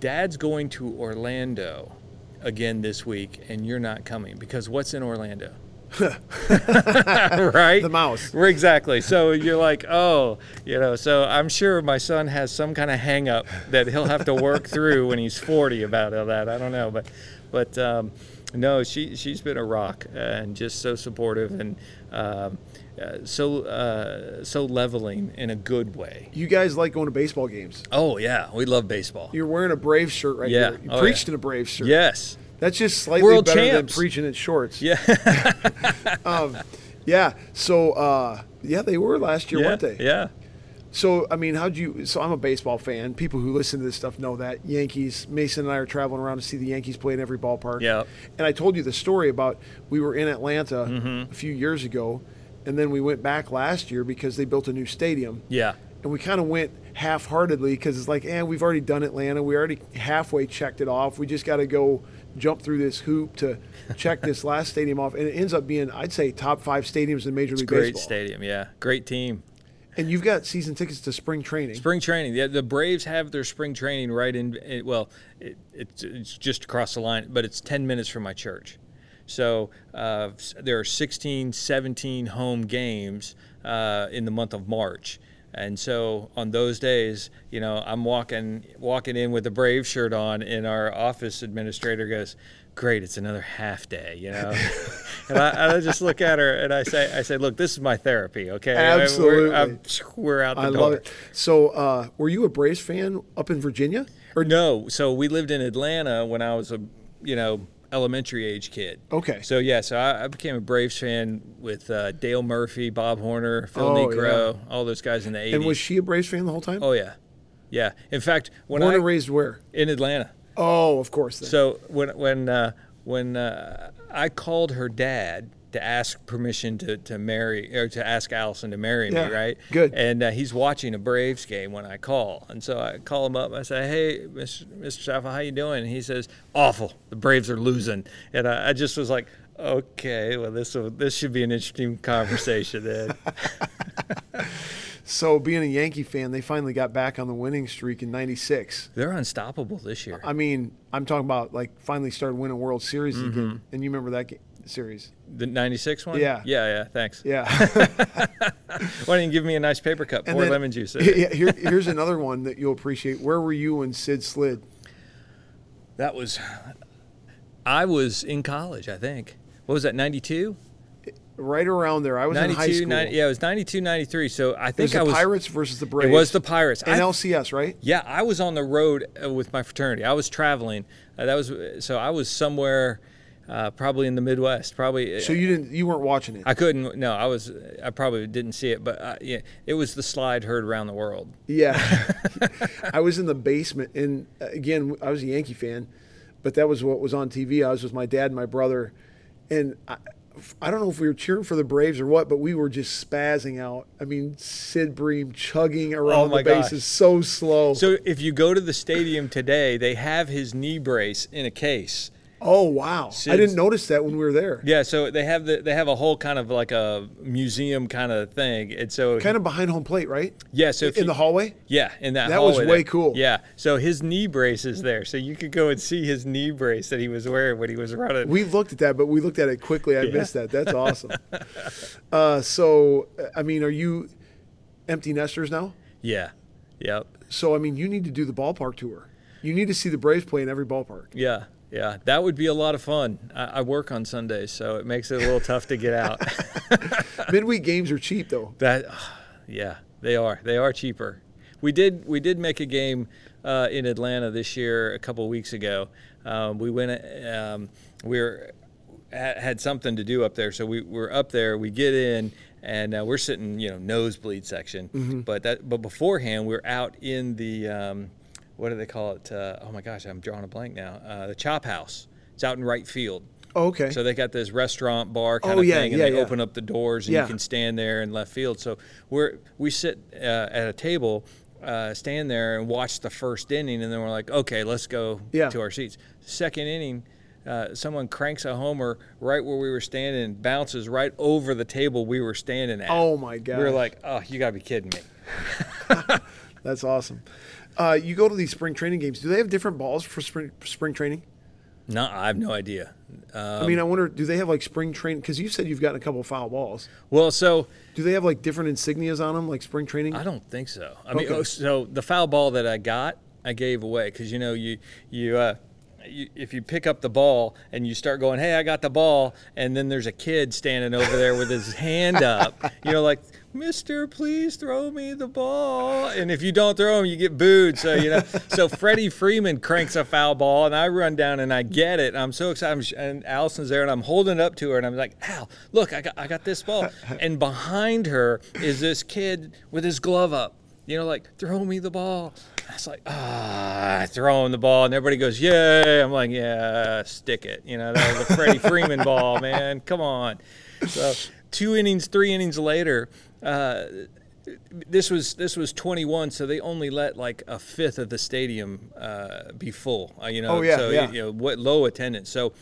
Speaker 4: dad's going to Orlando again this week, and you're not coming? Because what's in Orlando? right?
Speaker 2: The mouse.
Speaker 4: Right, Exactly. So you're like, oh, you know, so I'm sure my son has some kind of hang up that he'll have to work through when he's 40 about all that. I don't know. But, but, um, no, she, she's been a rock and just so supportive and um, uh, so uh, so leveling in a good way.
Speaker 2: You guys like going to baseball games.
Speaker 4: Oh, yeah. We love baseball.
Speaker 2: You're wearing a Brave shirt right
Speaker 4: Yeah.
Speaker 2: here. You
Speaker 4: Oh,
Speaker 2: preached
Speaker 4: yeah.
Speaker 2: in a Brave shirt.
Speaker 4: yes.
Speaker 2: That's just slightly
Speaker 4: World
Speaker 2: better
Speaker 4: champs.
Speaker 2: than preaching in shorts. Um,
Speaker 4: Yeah.
Speaker 2: Yeah. So, uh, yeah, they were last year,
Speaker 4: yeah.
Speaker 2: weren't they?
Speaker 4: Yeah.
Speaker 2: So, I mean, how'd you? So, I'm a baseball fan. People who listen to this stuff know that Yankees. Mason and I are traveling around to see the Yankees play in every ballpark.
Speaker 4: Yep.
Speaker 2: And I told you the story about we were in Atlanta
Speaker 4: Mm-hmm.
Speaker 2: a few years ago, and then we went back last year because they built a new stadium.
Speaker 4: Yeah.
Speaker 2: and we kind of went half-heartedly because it's like, eh, we've already done Atlanta. We already halfway checked it off. We just got to go jump through this hoop to check this last stadium off, and it ends up being, I'd say, top five stadiums in Major League
Speaker 4: Great
Speaker 2: Baseball.
Speaker 4: stadium. Yeah. Great team.
Speaker 2: And you've got season tickets to spring training.
Speaker 4: Spring training. The, the Braves have their spring training right in. in- well, it, it's, it's just across the line, but it's 10 minutes from my church. So uh, s- there are 16, 17 home games uh, in the month of March. And so on those days, you know, I'm walking walking in with a Brave shirt on, and our office administrator goes, "Great, it's another half day," you know. and I, I just look at her and I say, "I say, look, this is my therapy, okay? I- we're-
Speaker 2: Absolutely.
Speaker 4: I'm- we're out the
Speaker 2: I
Speaker 4: door."
Speaker 2: love it. So, uh, were you a Braves fan up in Virginia? Or
Speaker 4: No, so we lived in Atlanta when I was a, you know, elementary age kid.
Speaker 2: Okay.
Speaker 4: So yeah, so I, I became a Braves fan with uh, Dale Murphy, Bob Horner, Phil
Speaker 2: Oh,
Speaker 4: Negro, all those guys in the eighties.
Speaker 2: and was she a Braves fan the whole time?
Speaker 4: oh yeah, yeah. In fact, when
Speaker 2: Born
Speaker 4: I
Speaker 2: and raised where?
Speaker 4: in Atlanta,
Speaker 2: Oh, of course. Then.
Speaker 4: so when when uh, when uh, I called her dad to ask permission to, to marry or to ask Allison to marry
Speaker 2: Yeah,
Speaker 4: me, right?
Speaker 2: good.
Speaker 4: And uh, he's watching a Braves game when I call, and so I call him up. and I say, "Hey, Mr. Mr. Saffa, how you doing?" And he says, "Awful. The Braves are losing," and I, I just was like. Okay, well, this will, this should be an interesting conversation then.
Speaker 2: So, being a Yankee fan, they finally got back on the winning streak in '96.
Speaker 4: They're unstoppable this year.
Speaker 2: I mean, I'm talking about like finally started winning World Series
Speaker 4: Mm-hmm.
Speaker 2: again. And you remember that ga- series?
Speaker 4: The '96 one.
Speaker 2: Yeah.
Speaker 4: yeah, yeah. Thanks.
Speaker 2: Yeah.
Speaker 4: Why didn't you give me a nice paper cup?
Speaker 2: And
Speaker 4: Pour
Speaker 2: then-
Speaker 4: lemon juice. in it.
Speaker 2: Yeah, here, here's another one that you'll appreciate. Where were you when Sid slid?
Speaker 4: That was, I was in college, I think. What was that, 92?
Speaker 2: Right around there. I was in high
Speaker 4: 92,
Speaker 2: school.
Speaker 4: 90, yeah, it was 92, 93. So I
Speaker 2: It was
Speaker 4: think I
Speaker 2: the
Speaker 4: was.
Speaker 2: Pirates versus the
Speaker 4: It
Speaker 2: Braves.
Speaker 4: was the Pirates.
Speaker 2: in
Speaker 4: I-
Speaker 2: LCS, right?
Speaker 4: yeah, I was on the road uh, with my fraternity. I was traveling. Uh, that was so I was somewhere, uh, probably in the Midwest. Probably. uh,
Speaker 2: So you didn't, you weren't watching it.
Speaker 4: I couldn't. No, I was. I probably didn't see it, but uh, yeah, it was the slide heard around the world.
Speaker 2: Yeah. I was in the basement. And uh, again, I was a Yankee fan, but that was what was on TV. I was with my dad and my brother. And I, I don't know if we were cheering for the Braves or what, but we were just spazzing out. I mean, Sid Bream chugging around
Speaker 4: Oh my
Speaker 2: the
Speaker 4: gosh.
Speaker 2: bases so slow.
Speaker 4: So if you go to the stadium today, they have his knee brace in a case.
Speaker 2: oh, wow. I
Speaker 4: Sid's-
Speaker 2: didn't notice that when we were there.
Speaker 4: Yeah, so they have the they have a whole kind of like a museum kind of thing, and so
Speaker 2: Kind of behind home plate, right?
Speaker 4: yeah, so if
Speaker 2: in
Speaker 4: you-
Speaker 2: the hallway?
Speaker 4: yeah, in that
Speaker 2: That was
Speaker 4: hallway
Speaker 2: way
Speaker 4: there.
Speaker 2: cool.
Speaker 4: Yeah, so his knee brace is there, so you could go and see his knee brace that he was wearing when he was running.
Speaker 2: We looked at that, but we looked at it quickly. I missed that. That's awesome. uh, so, I mean, are you empty nesters now?
Speaker 4: yeah, yep,
Speaker 2: So, I mean, you need to do the ballpark tour. You need to see the Braves play in every ballpark.
Speaker 4: yeah, yeah. That would be a lot of fun. I, I work on Sundays, so it makes it a little tough to get out.
Speaker 2: Midweek games are cheap, though.
Speaker 4: That, yeah, they are. They are cheaper. We did we did make a game uh, in Atlanta this year a couple weeks ago. Um, we went. Um, we were ha- had something to do up there, so we were up there. We get in and uh, we're sitting, you know, nosebleed section. But that but beforehand, we're out in the um, what do they call it? Uh, oh my gosh, I'm drawing a blank now. Uh, the Chop House. It's out in right field.
Speaker 2: Oh, okay.
Speaker 4: So they got this restaurant bar kind
Speaker 2: Oh,
Speaker 4: of
Speaker 2: yeah,
Speaker 4: thing, and
Speaker 2: yeah,
Speaker 4: they
Speaker 2: yeah.
Speaker 4: open up the doors, and
Speaker 2: Yeah.
Speaker 4: you can stand there in left field. So we're we sit uh, at a table, uh, stand there and watch the first inning, and then we're like, okay, let's go
Speaker 2: Yeah.
Speaker 4: to our seats. Second inning. Uh, someone cranks a homer right where we were standing and bounces right over the table we were standing at.
Speaker 2: Oh, my gosh.
Speaker 4: We were like, oh, you gotta be kidding me.
Speaker 2: That's awesome. Uh, you go to these spring training games. Do they have different balls for spring, for spring training?
Speaker 4: No, I have no idea.
Speaker 2: I
Speaker 4: Um,
Speaker 2: mean, I wonder, do they have like spring training? Because you said you've gotten a couple foul balls.
Speaker 4: Well, so
Speaker 2: Do they have like different insignias on them, like spring training?
Speaker 4: I don't think so. I mean,
Speaker 2: Okay.
Speaker 4: oh, so the foul ball that I got, I gave away because you know you you. Uh, you, if you pick up the ball and you start going, "Hey, I got the ball," and then there's a kid standing over there with his hand up, you know, like, "Mister, please throw me the ball." And if you don't throw him, you get booed. So you know, so Freddie Freeman cranks a foul ball, and I run down and I get it. I'm so excited, I'm, sh- and Allison's there, and I'm holding it up to her, and I'm like, "Al, look, I got, I got this ball." And behind her is this kid with his glove up you know, like throw me the ball. I was like, ah, I throw him the ball, and everybody goes, yay. I'm like, yeah, stick it. You know, that was a Freddie Freeman ball, man. Come on. So two innings, three innings later, uh, this was this was 21, so they only let like a fifth of the stadium uh, be full. Uh, you know,
Speaker 2: Oh, yeah,
Speaker 4: so
Speaker 2: yeah.
Speaker 4: you know what low attendance. So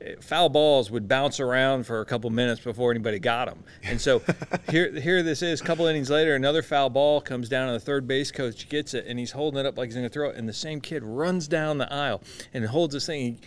Speaker 4: eh, foul balls would bounce around for a couple minutes before anybody got them. And so here here this is. A couple innings later, another foul ball comes down, and the third base coach gets it, and he's holding it up like he's going to throw it. And the same kid runs down the aisle and holds this thing.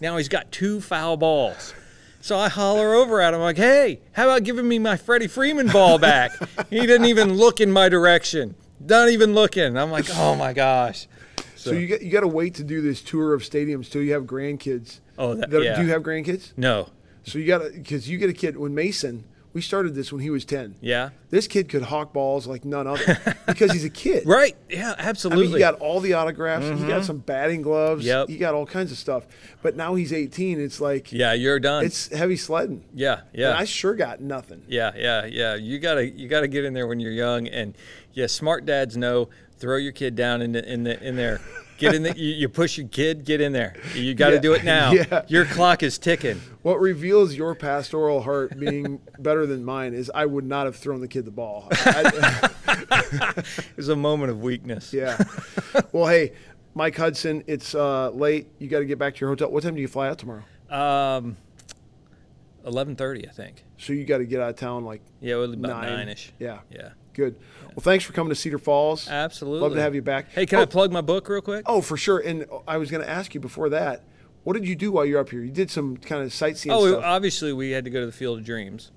Speaker 4: Now he's got two foul balls. So I holler over at him like, "Hey, how about giving me my Freddie Freeman ball back?" he didn't even look in my direction. Not even looking. I'm like, "Oh my gosh."
Speaker 2: So you got, you got to wait to do this tour of stadiums till you have grandkids.
Speaker 4: Oh, that-
Speaker 2: Th-
Speaker 4: yeah.
Speaker 2: Do you have grandkids?
Speaker 4: No.
Speaker 2: So you got to because you get a kid when Mason. We started this when he was ten.
Speaker 4: Yeah.
Speaker 2: This kid could hawk balls like none other because he's a kid.
Speaker 4: Right. Yeah,
Speaker 2: I mean,
Speaker 4: absolutely. Mm-hmm.
Speaker 2: he got all the autographs. He got some batting gloves.
Speaker 4: Yep.
Speaker 2: He got all kinds of stuff. But now he's 18. It's like
Speaker 4: yeah, you're done.
Speaker 2: it's heavy sledding.
Speaker 4: yeah, yeah.
Speaker 2: And I sure got nothing.
Speaker 4: Yeah, yeah, yeah. You gotta you gotta get in there when you're young, and yeah, smart dads know. Throw your kid down in the, in the in there. Get in the. You, you push your kid. Get in there. You got to
Speaker 2: Yeah.
Speaker 4: do it now.
Speaker 2: Yeah.
Speaker 4: Your clock is ticking.
Speaker 2: What reveals your pastoral heart being better than mine is I would not have thrown the kid the ball. I-
Speaker 4: It's a moment of weakness.
Speaker 2: yeah. Well, hey, Mike Hudson, it's uh, late. You got to get back to your hotel. What time do you fly out tomorrow?
Speaker 4: Um, eleven thirty, I think.
Speaker 2: So you got to get out of town like
Speaker 4: Yeah, well, about
Speaker 2: Nine.
Speaker 4: nine ish.
Speaker 2: Yeah.
Speaker 4: Yeah.
Speaker 2: good. Well, thanks for coming to Cedar Falls.
Speaker 4: Absolutely.
Speaker 2: Love to have you back.
Speaker 4: Hey, can
Speaker 2: oh,
Speaker 4: I plug my book real quick?
Speaker 2: Oh, for sure. And I was going to ask you before that, what did you do while you're up here? You did some kind of sightseeing
Speaker 4: Oh,
Speaker 2: stuff.
Speaker 4: obviously we had to go to the Field of Dreams,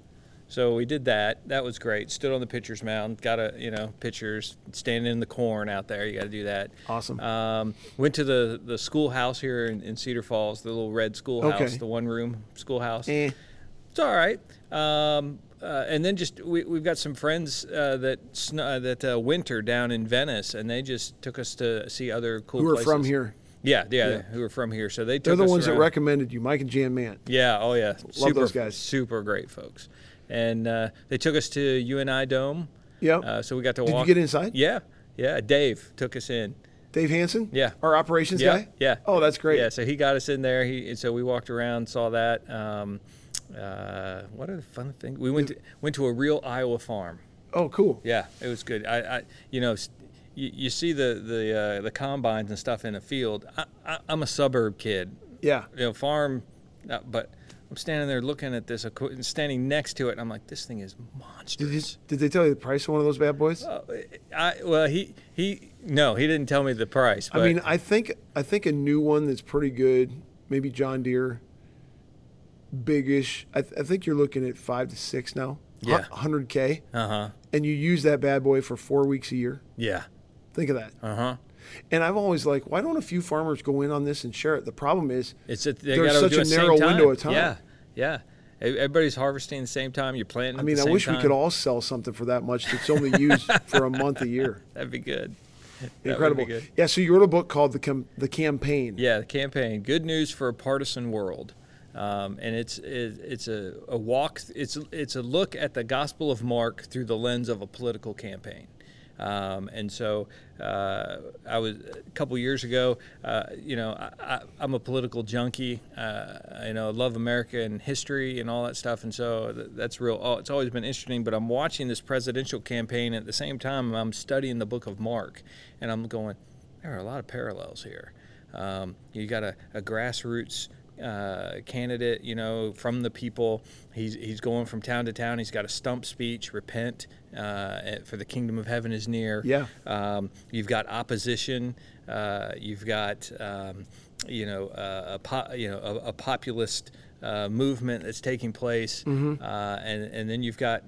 Speaker 4: so we did that. That was great. Stood on the pitcher's mound, got a you know pitchers standing in the corn out there. You got to do that.
Speaker 2: Awesome.
Speaker 4: Um, went to the the schoolhouse here in, in Cedar Falls, the little red schoolhouse,
Speaker 2: Okay.
Speaker 4: the one room schoolhouse.
Speaker 2: Eh.
Speaker 4: It's all right. Um, uh, and then just we, we've got some friends uh, that sn- uh, that uh, winter down in Venice, and they just took us to see other cool.
Speaker 2: Who are from
Speaker 4: places.
Speaker 2: here.
Speaker 4: Yeah, yeah, who are from here. So they took
Speaker 2: They're the
Speaker 4: us
Speaker 2: ones that
Speaker 4: around.
Speaker 2: recommended you, Mike and Jan Mant.
Speaker 4: Yeah. Oh yeah. super,
Speaker 2: those guys.
Speaker 4: Super great folks. And uh, they took us to UNI Dome.
Speaker 2: Yep.
Speaker 4: Uh, so we got to
Speaker 2: Did you
Speaker 4: walk.
Speaker 2: get inside?
Speaker 4: Yeah. Yeah. Dave took us in.
Speaker 2: Dave Hansen?
Speaker 4: Yeah.
Speaker 2: Our operations
Speaker 4: yeah.
Speaker 2: guy?
Speaker 4: Yeah.
Speaker 2: Oh, that's great.
Speaker 4: Yeah. So he got us in there. He and so we walked around, saw that. Um, uh, what are the fun things? We went to, went to a real Iowa farm.
Speaker 2: Oh, cool.
Speaker 4: Yeah, it was good. I, I you know, s- you, you see the the uh, the combines and stuff in a field. I, I, I'm a suburb kid
Speaker 2: Yeah.
Speaker 4: you know, farm, uh, but I'm standing there looking at this, equi- standing next to it, and I'm like, this thing is
Speaker 2: Did, you,
Speaker 4: monstrous. Uh,
Speaker 2: did they tell you the price of one of those bad boys?
Speaker 4: I, well, he, he, no, he didn't tell me the price,
Speaker 2: I
Speaker 4: but
Speaker 2: mean, I think I think a new one that's pretty good, maybe John Deere, biggish. I, th- I think you're looking at five to six now.
Speaker 4: Yeah.
Speaker 2: hundred k,
Speaker 4: uh huh,
Speaker 2: and you use that bad boy for four weeks a year.
Speaker 4: yeah,
Speaker 2: Think of that.
Speaker 4: uh huh.
Speaker 2: And I've always like, why don't a few farmers go in on this and share it? The problem is,
Speaker 4: It's that they
Speaker 2: There's
Speaker 4: gotta
Speaker 2: such
Speaker 4: do
Speaker 2: a
Speaker 4: it same
Speaker 2: narrow window
Speaker 4: time.
Speaker 2: of time.
Speaker 4: Yeah, yeah. E- Everybody's harvesting the same time. You're planting.
Speaker 2: I mean, I wish we could all sell something for that much that's only used for a month a year.
Speaker 4: That'd be good. That would be
Speaker 2: Incredible.
Speaker 4: good.
Speaker 2: Yeah. So you wrote a book called the Com- the campaign.
Speaker 4: Yeah, the campaign. Good news for a partisan world, um, and it's it, it's a, a walk. It's it's a look at the Gospel of Mark through the lens of a political campaign. Um, and so uh, I was a couple years ago. Uh, you know, I, I, I'm a political junkie. Uh, you know, I love America and history and all that stuff. And so th- that's real. Oh, it's always been interesting. But I'm watching this presidential campaign at the same time. I'm studying the Book of Mark, and I'm going, there are a lot of parallels here. Um, you got a, a grassroots uh, candidate, you know, from the people. He's, he's going from town to town. He's got a stump speech, repent, uh, for the kingdom of heaven is near.
Speaker 2: Yeah.
Speaker 4: Um, you've got opposition. Uh, you've got, um, you know, uh, a po- you know a, a populist uh, movement that's taking place, uh, and and then you've got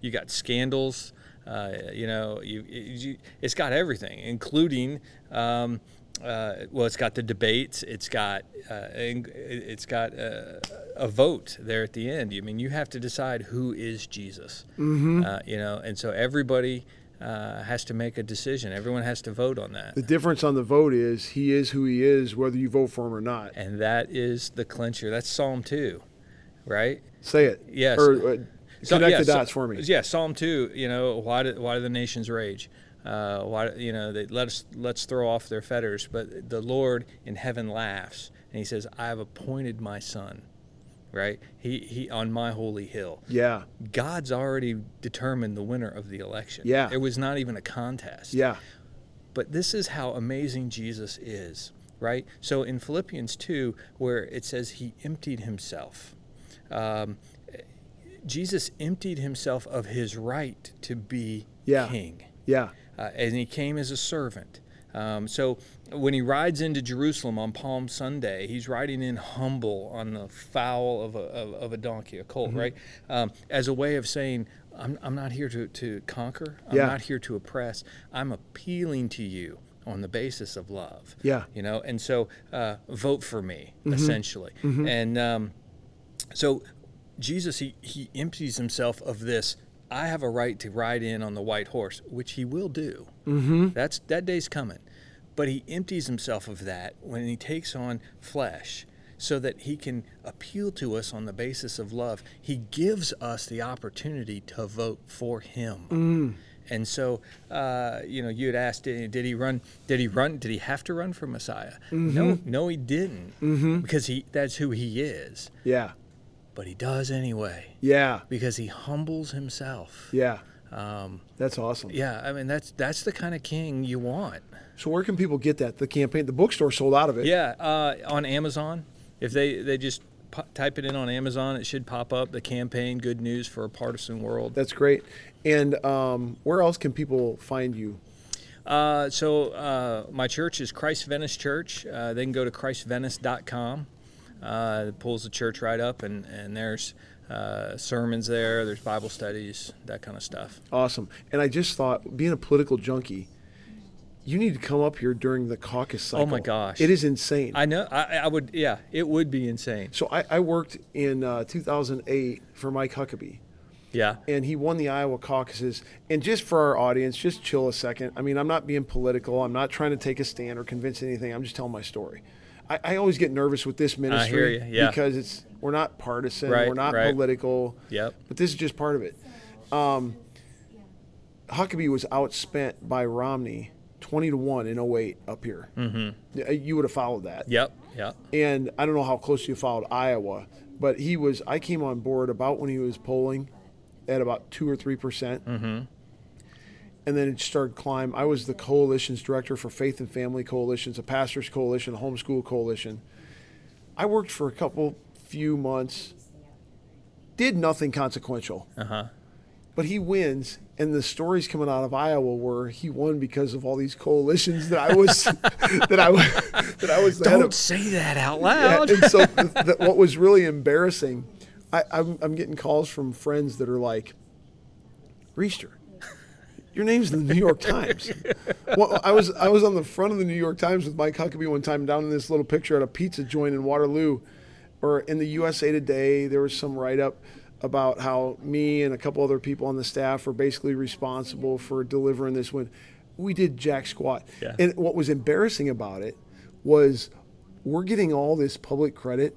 Speaker 4: you got scandals. Uh, you know, you, you it's got everything, including. Um, uh, well, it's got the debates. It's got uh, and it's got uh, a vote there at the end. You mean, you have to decide who is Jesus. Uh, you know, and so everybody uh, has to make a decision. Everyone has to vote on that,
Speaker 2: The difference on the vote is he is who he is, whether you vote for him or not.
Speaker 4: and that is the clincher. That's Psalm two, right?
Speaker 2: Say it.
Speaker 4: Yes.
Speaker 2: Or uh,
Speaker 4: So-
Speaker 2: connect
Speaker 4: yeah,
Speaker 2: the
Speaker 4: so-
Speaker 2: dots for me.
Speaker 4: Yeah, Psalm two. You know, why do why do the nations rage? Uh, why you know they let us let's throw off their fetters, but the Lord in heaven laughs and He says, "I have appointed my Son, right? He he on my holy hill."
Speaker 2: Yeah.
Speaker 4: God's already determined the winner of the election.
Speaker 2: Yeah.
Speaker 4: It was not even a contest.
Speaker 2: Yeah.
Speaker 4: But this is how amazing Jesus is, right? So in Philippians 2, where it says he emptied himself, um, Jesus emptied himself of his right to be
Speaker 2: Yeah.
Speaker 4: king.
Speaker 2: Yeah.
Speaker 4: Uh, and he came as a servant. Um, so when he rides into Jerusalem on Palm Sunday, he's riding in humble on the fowl of a, of, of a donkey, a colt, right? Um, as a way of saying, I'm, I'm not here to, to conquer. I'm
Speaker 2: Yeah.
Speaker 4: not here to oppress. I'm appealing to you on the basis of love.
Speaker 2: Yeah.
Speaker 4: You know, and so uh, vote for me, essentially. And um, so Jesus, he, he empties himself of this. I have a right to ride in on the white horse, which he will do. Mm-hmm. That's that day's coming, but he empties himself of that when he takes on flesh, so that he can appeal to us on the basis of love. He gives us the opportunity to vote for him. And so, uh, you know, you had asked, did, did he run? Did he run? Did he have to run for Messiah? No, no, he didn't, because he—that's who he is
Speaker 2: Yeah.
Speaker 4: but he does anyway
Speaker 2: Yeah.
Speaker 4: because he humbles himself.
Speaker 2: Yeah. That's awesome.
Speaker 4: Um, Yeah, I mean that's that's the kind of king you want.
Speaker 2: So where can people get that? The campaign, the bookstore sold out of it.
Speaker 4: Yeah, uh, on Amazon, if they they just po- type it in on Amazon, it should pop up. The campaign, good news for a partisan world.
Speaker 2: That's great. And um, where else can people find you?
Speaker 4: Uh, so uh, my church is Christ Venice Church. Uh, they can go to ChristVenice.com. Uh, it pulls the church right up, and and there's uh, sermons there. There's Bible studies, that kind of stuff.
Speaker 2: Awesome. And I just thought, being a political junkie, you need to come up here during the caucus cycle.
Speaker 4: Oh my gosh.
Speaker 2: it is insane.
Speaker 4: I know. I, I would. Yeah, it would be insane.
Speaker 2: so I, I worked in uh, 2008 for Mike Huckabee.
Speaker 4: Yeah.
Speaker 2: and he won the Iowa caucuses. And just for our audience, just chill a second. I mean, I'm not being political. I'm not trying to take a stand or convince anything. I'm just telling my story. I, I always get nervous with this ministry
Speaker 4: you, yeah.
Speaker 2: because it's we're not partisan,
Speaker 4: Right,
Speaker 2: we're not
Speaker 4: right.
Speaker 2: political.
Speaker 4: Yep.
Speaker 2: But this is just part of it. Um, Huckabee was outspent by Romney 20 to 1 in 08 up here. Mm-hmm. You would have followed that
Speaker 4: Yep. Yep.
Speaker 2: and I don't know how close you followed Iowa, but he was. I came on board about when he was polling at about two or three percent, mm-hmm. and then it started climb. I was the coalition's director for Faith and Family Coalitions, a pastors' coalition, a homeschool coalition. I worked for a couple few months, did nothing consequential. Uh huh. But he wins, and the stories coming out of Iowa were he won because of all these coalitions that I was that I was that I was the head
Speaker 4: Don't
Speaker 2: of.
Speaker 4: say that out
Speaker 2: Yeah,
Speaker 4: loud.
Speaker 2: and so th- th- what was really embarrassing, I, I'm, I'm getting calls from friends that are like, Reister, your name's in the New York Times. well, I was I was on the front of the New York Times with Mike Huckabee one time down in this little picture at a pizza joint in Waterloo, or in the USA Today. There was some write up about how me and a couple other people on the staff were basically responsible for delivering this win. We did jack squat.
Speaker 4: Yeah.
Speaker 2: And what was embarrassing about it was we're getting all this public credit,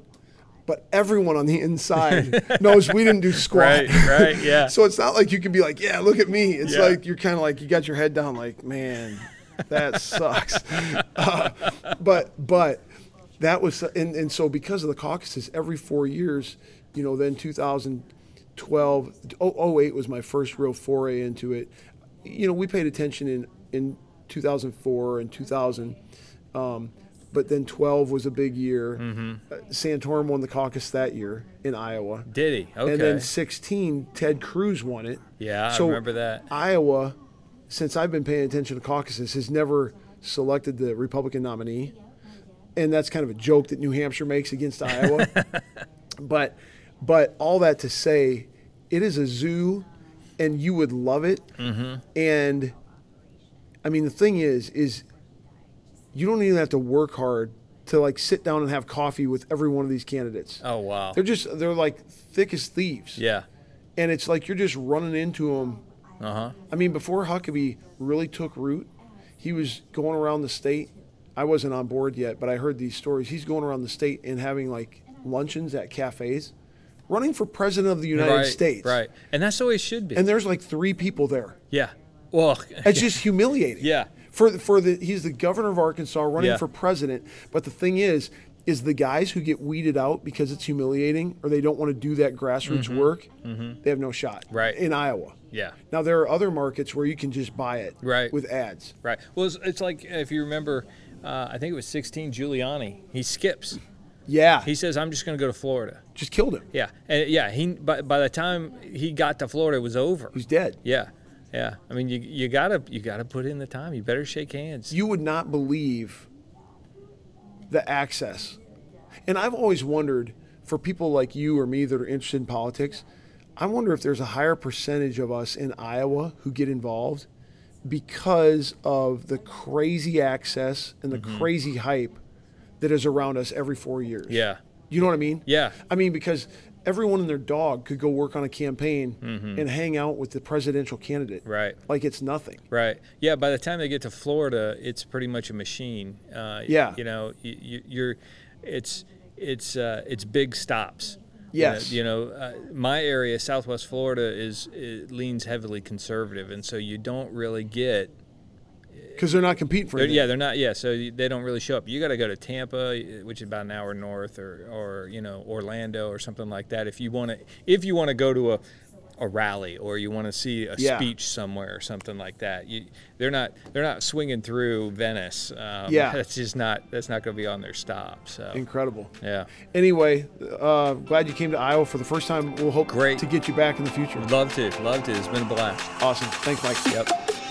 Speaker 2: but everyone on the inside knows we didn't do squat.
Speaker 4: Right, right, yeah.
Speaker 2: so it's not like you can be like, yeah, look at me. It's
Speaker 4: Yeah.
Speaker 2: like you're kind of like you got your head down, like man, that sucks. Uh, but but that was and and so because of the caucuses, every four years, you know, then 2012, oh- 08 was my first real foray into it. You know, we paid attention in in 2004 and 2000. Um, but then 12 was a big year.
Speaker 4: Mm-hmm.
Speaker 2: Uh, Santorum won the caucus that year in Iowa.
Speaker 4: Did he? Okay.
Speaker 2: And then 16, Ted Cruz won it.
Speaker 4: Yeah, I remember that.
Speaker 2: Iowa, since I've been paying attention to caucuses, has never selected the Republican nominee. And that's kind of a joke that New Hampshire makes against Iowa. but but all that to say, it is a zoo and you would love it.
Speaker 4: Mm-hmm.
Speaker 2: And I mean the thing is is you don't even have to work hard to like sit down and have coffee with every one of these candidates.
Speaker 4: oh wow.
Speaker 2: They're just they're like thick as thieves.
Speaker 4: Yeah.
Speaker 2: And it's like you're just running into them.
Speaker 4: Uh huh.
Speaker 2: I mean, before Huckabee really took root, he was going around the state. I wasn't on board yet, but I heard these stories. He's going around the state and having like luncheons at cafes, running for president of the United
Speaker 4: Right.
Speaker 2: States.
Speaker 4: Right. And that's the way it should be.
Speaker 2: And there's like three people there.
Speaker 4: yeah. Well.
Speaker 2: It's just humiliating.
Speaker 4: Yeah.
Speaker 2: For for the he's the governor of Arkansas running
Speaker 4: Yeah.
Speaker 2: for president, but the thing is is the guys who get weeded out because it's humiliating or they don't want to do that grassroots work, they have no shot.
Speaker 4: Mm-hmm. Right.
Speaker 2: In Iowa.
Speaker 4: Yeah.
Speaker 2: Now there are other markets where you can just buy it
Speaker 4: Right.
Speaker 2: with ads.
Speaker 4: Right. Well, it's, it's like if you remember, uh, I think it was 16 Giuliani. He skips.
Speaker 2: Yeah.
Speaker 4: He says, "I'm just going to go to Florida."
Speaker 2: just killed him.
Speaker 4: Yeah. And yeah. He by, by the time he got to Florida, it was over.
Speaker 2: He's dead.
Speaker 4: Yeah. Yeah, I mean, you you gotta you gotta put in the time. You better shake hands.
Speaker 2: you would not believe the access. And I've always wondered for people like you or me that are interested in politics, I wonder if there's a higher percentage of us in Iowa who get involved because of the crazy access and the
Speaker 4: Mm-hmm.
Speaker 2: crazy hype that is around us every four years.
Speaker 4: yeah,
Speaker 2: You know what I mean?
Speaker 4: yeah,
Speaker 2: I mean, because everyone and their dog could go work on a campaign and hang out with the presidential candidate.
Speaker 4: Mm-hmm. right.
Speaker 2: Like it's nothing.
Speaker 4: Right. Yeah. By the time they get to Florida, it's pretty much a machine. Uh,
Speaker 2: Yeah.
Speaker 4: You know, you, you, you're, it's it's uh, it's big stops. You know-
Speaker 2: Yes.
Speaker 4: You know, uh, my area, Southwest Florida, is it leans heavily conservative, and so you don't really get.
Speaker 2: Because they're not competing for
Speaker 4: They're,
Speaker 2: it.
Speaker 4: yeah, they're not. Yeah, so you- they don't really show up. You got to go to Tampa, which is about an hour north, or or you know Orlando or something like that. If you want to, if you want to go to a a rally or you want to see a
Speaker 2: Yeah.
Speaker 4: speech somewhere or something like that, you, they're not they're not swinging through Venice. Um,
Speaker 2: Yeah.
Speaker 4: that's just not that's not going to be on their stop. So
Speaker 2: Incredible.
Speaker 4: yeah,
Speaker 2: Anyway, uh, glad you came to Iowa for the first time. We'll hope
Speaker 4: Great.
Speaker 2: to get you back in the future.
Speaker 4: love to love to. It's been a blast.
Speaker 2: Awesome. Thanks, Mike.
Speaker 4: Yep.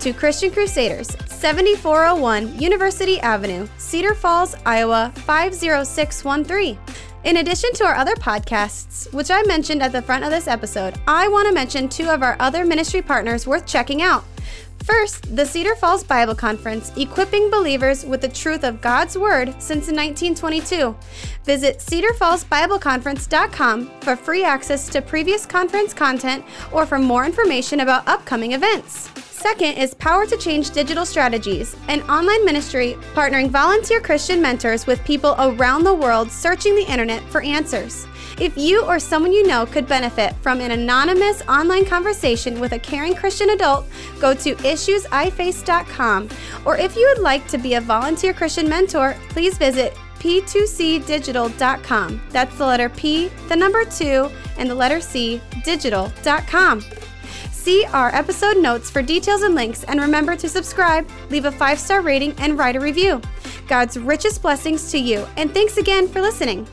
Speaker 1: to Christian Crusaders, 7401 University Avenue, Cedar Falls, Iowa 50613. In addition to our other podcasts, which I mentioned at the front of this episode, I want to mention two of our other ministry partners worth checking out. First, the Cedar Falls Bible Conference, equipping believers with the truth of God's Word since 1922. Visit cedarfallsbibleconference.com for free access to previous conference content or for more information about upcoming events. Second is Power to Change Digital Strategies, an online ministry partnering volunteer Christian mentors with people around the world searching the internet for answers. If you or someone you know could benefit from an anonymous online conversation with a caring Christian adult, go to issuesiface.com. Or if you would like to be a volunteer Christian mentor, please visit p2cdigital.com. That's the letter P, the number 2, and the letter C, digital.com. See our episode notes for details and links, and remember to subscribe, leave a five star rating, and write a review. God's richest blessings to you, and thanks again for listening.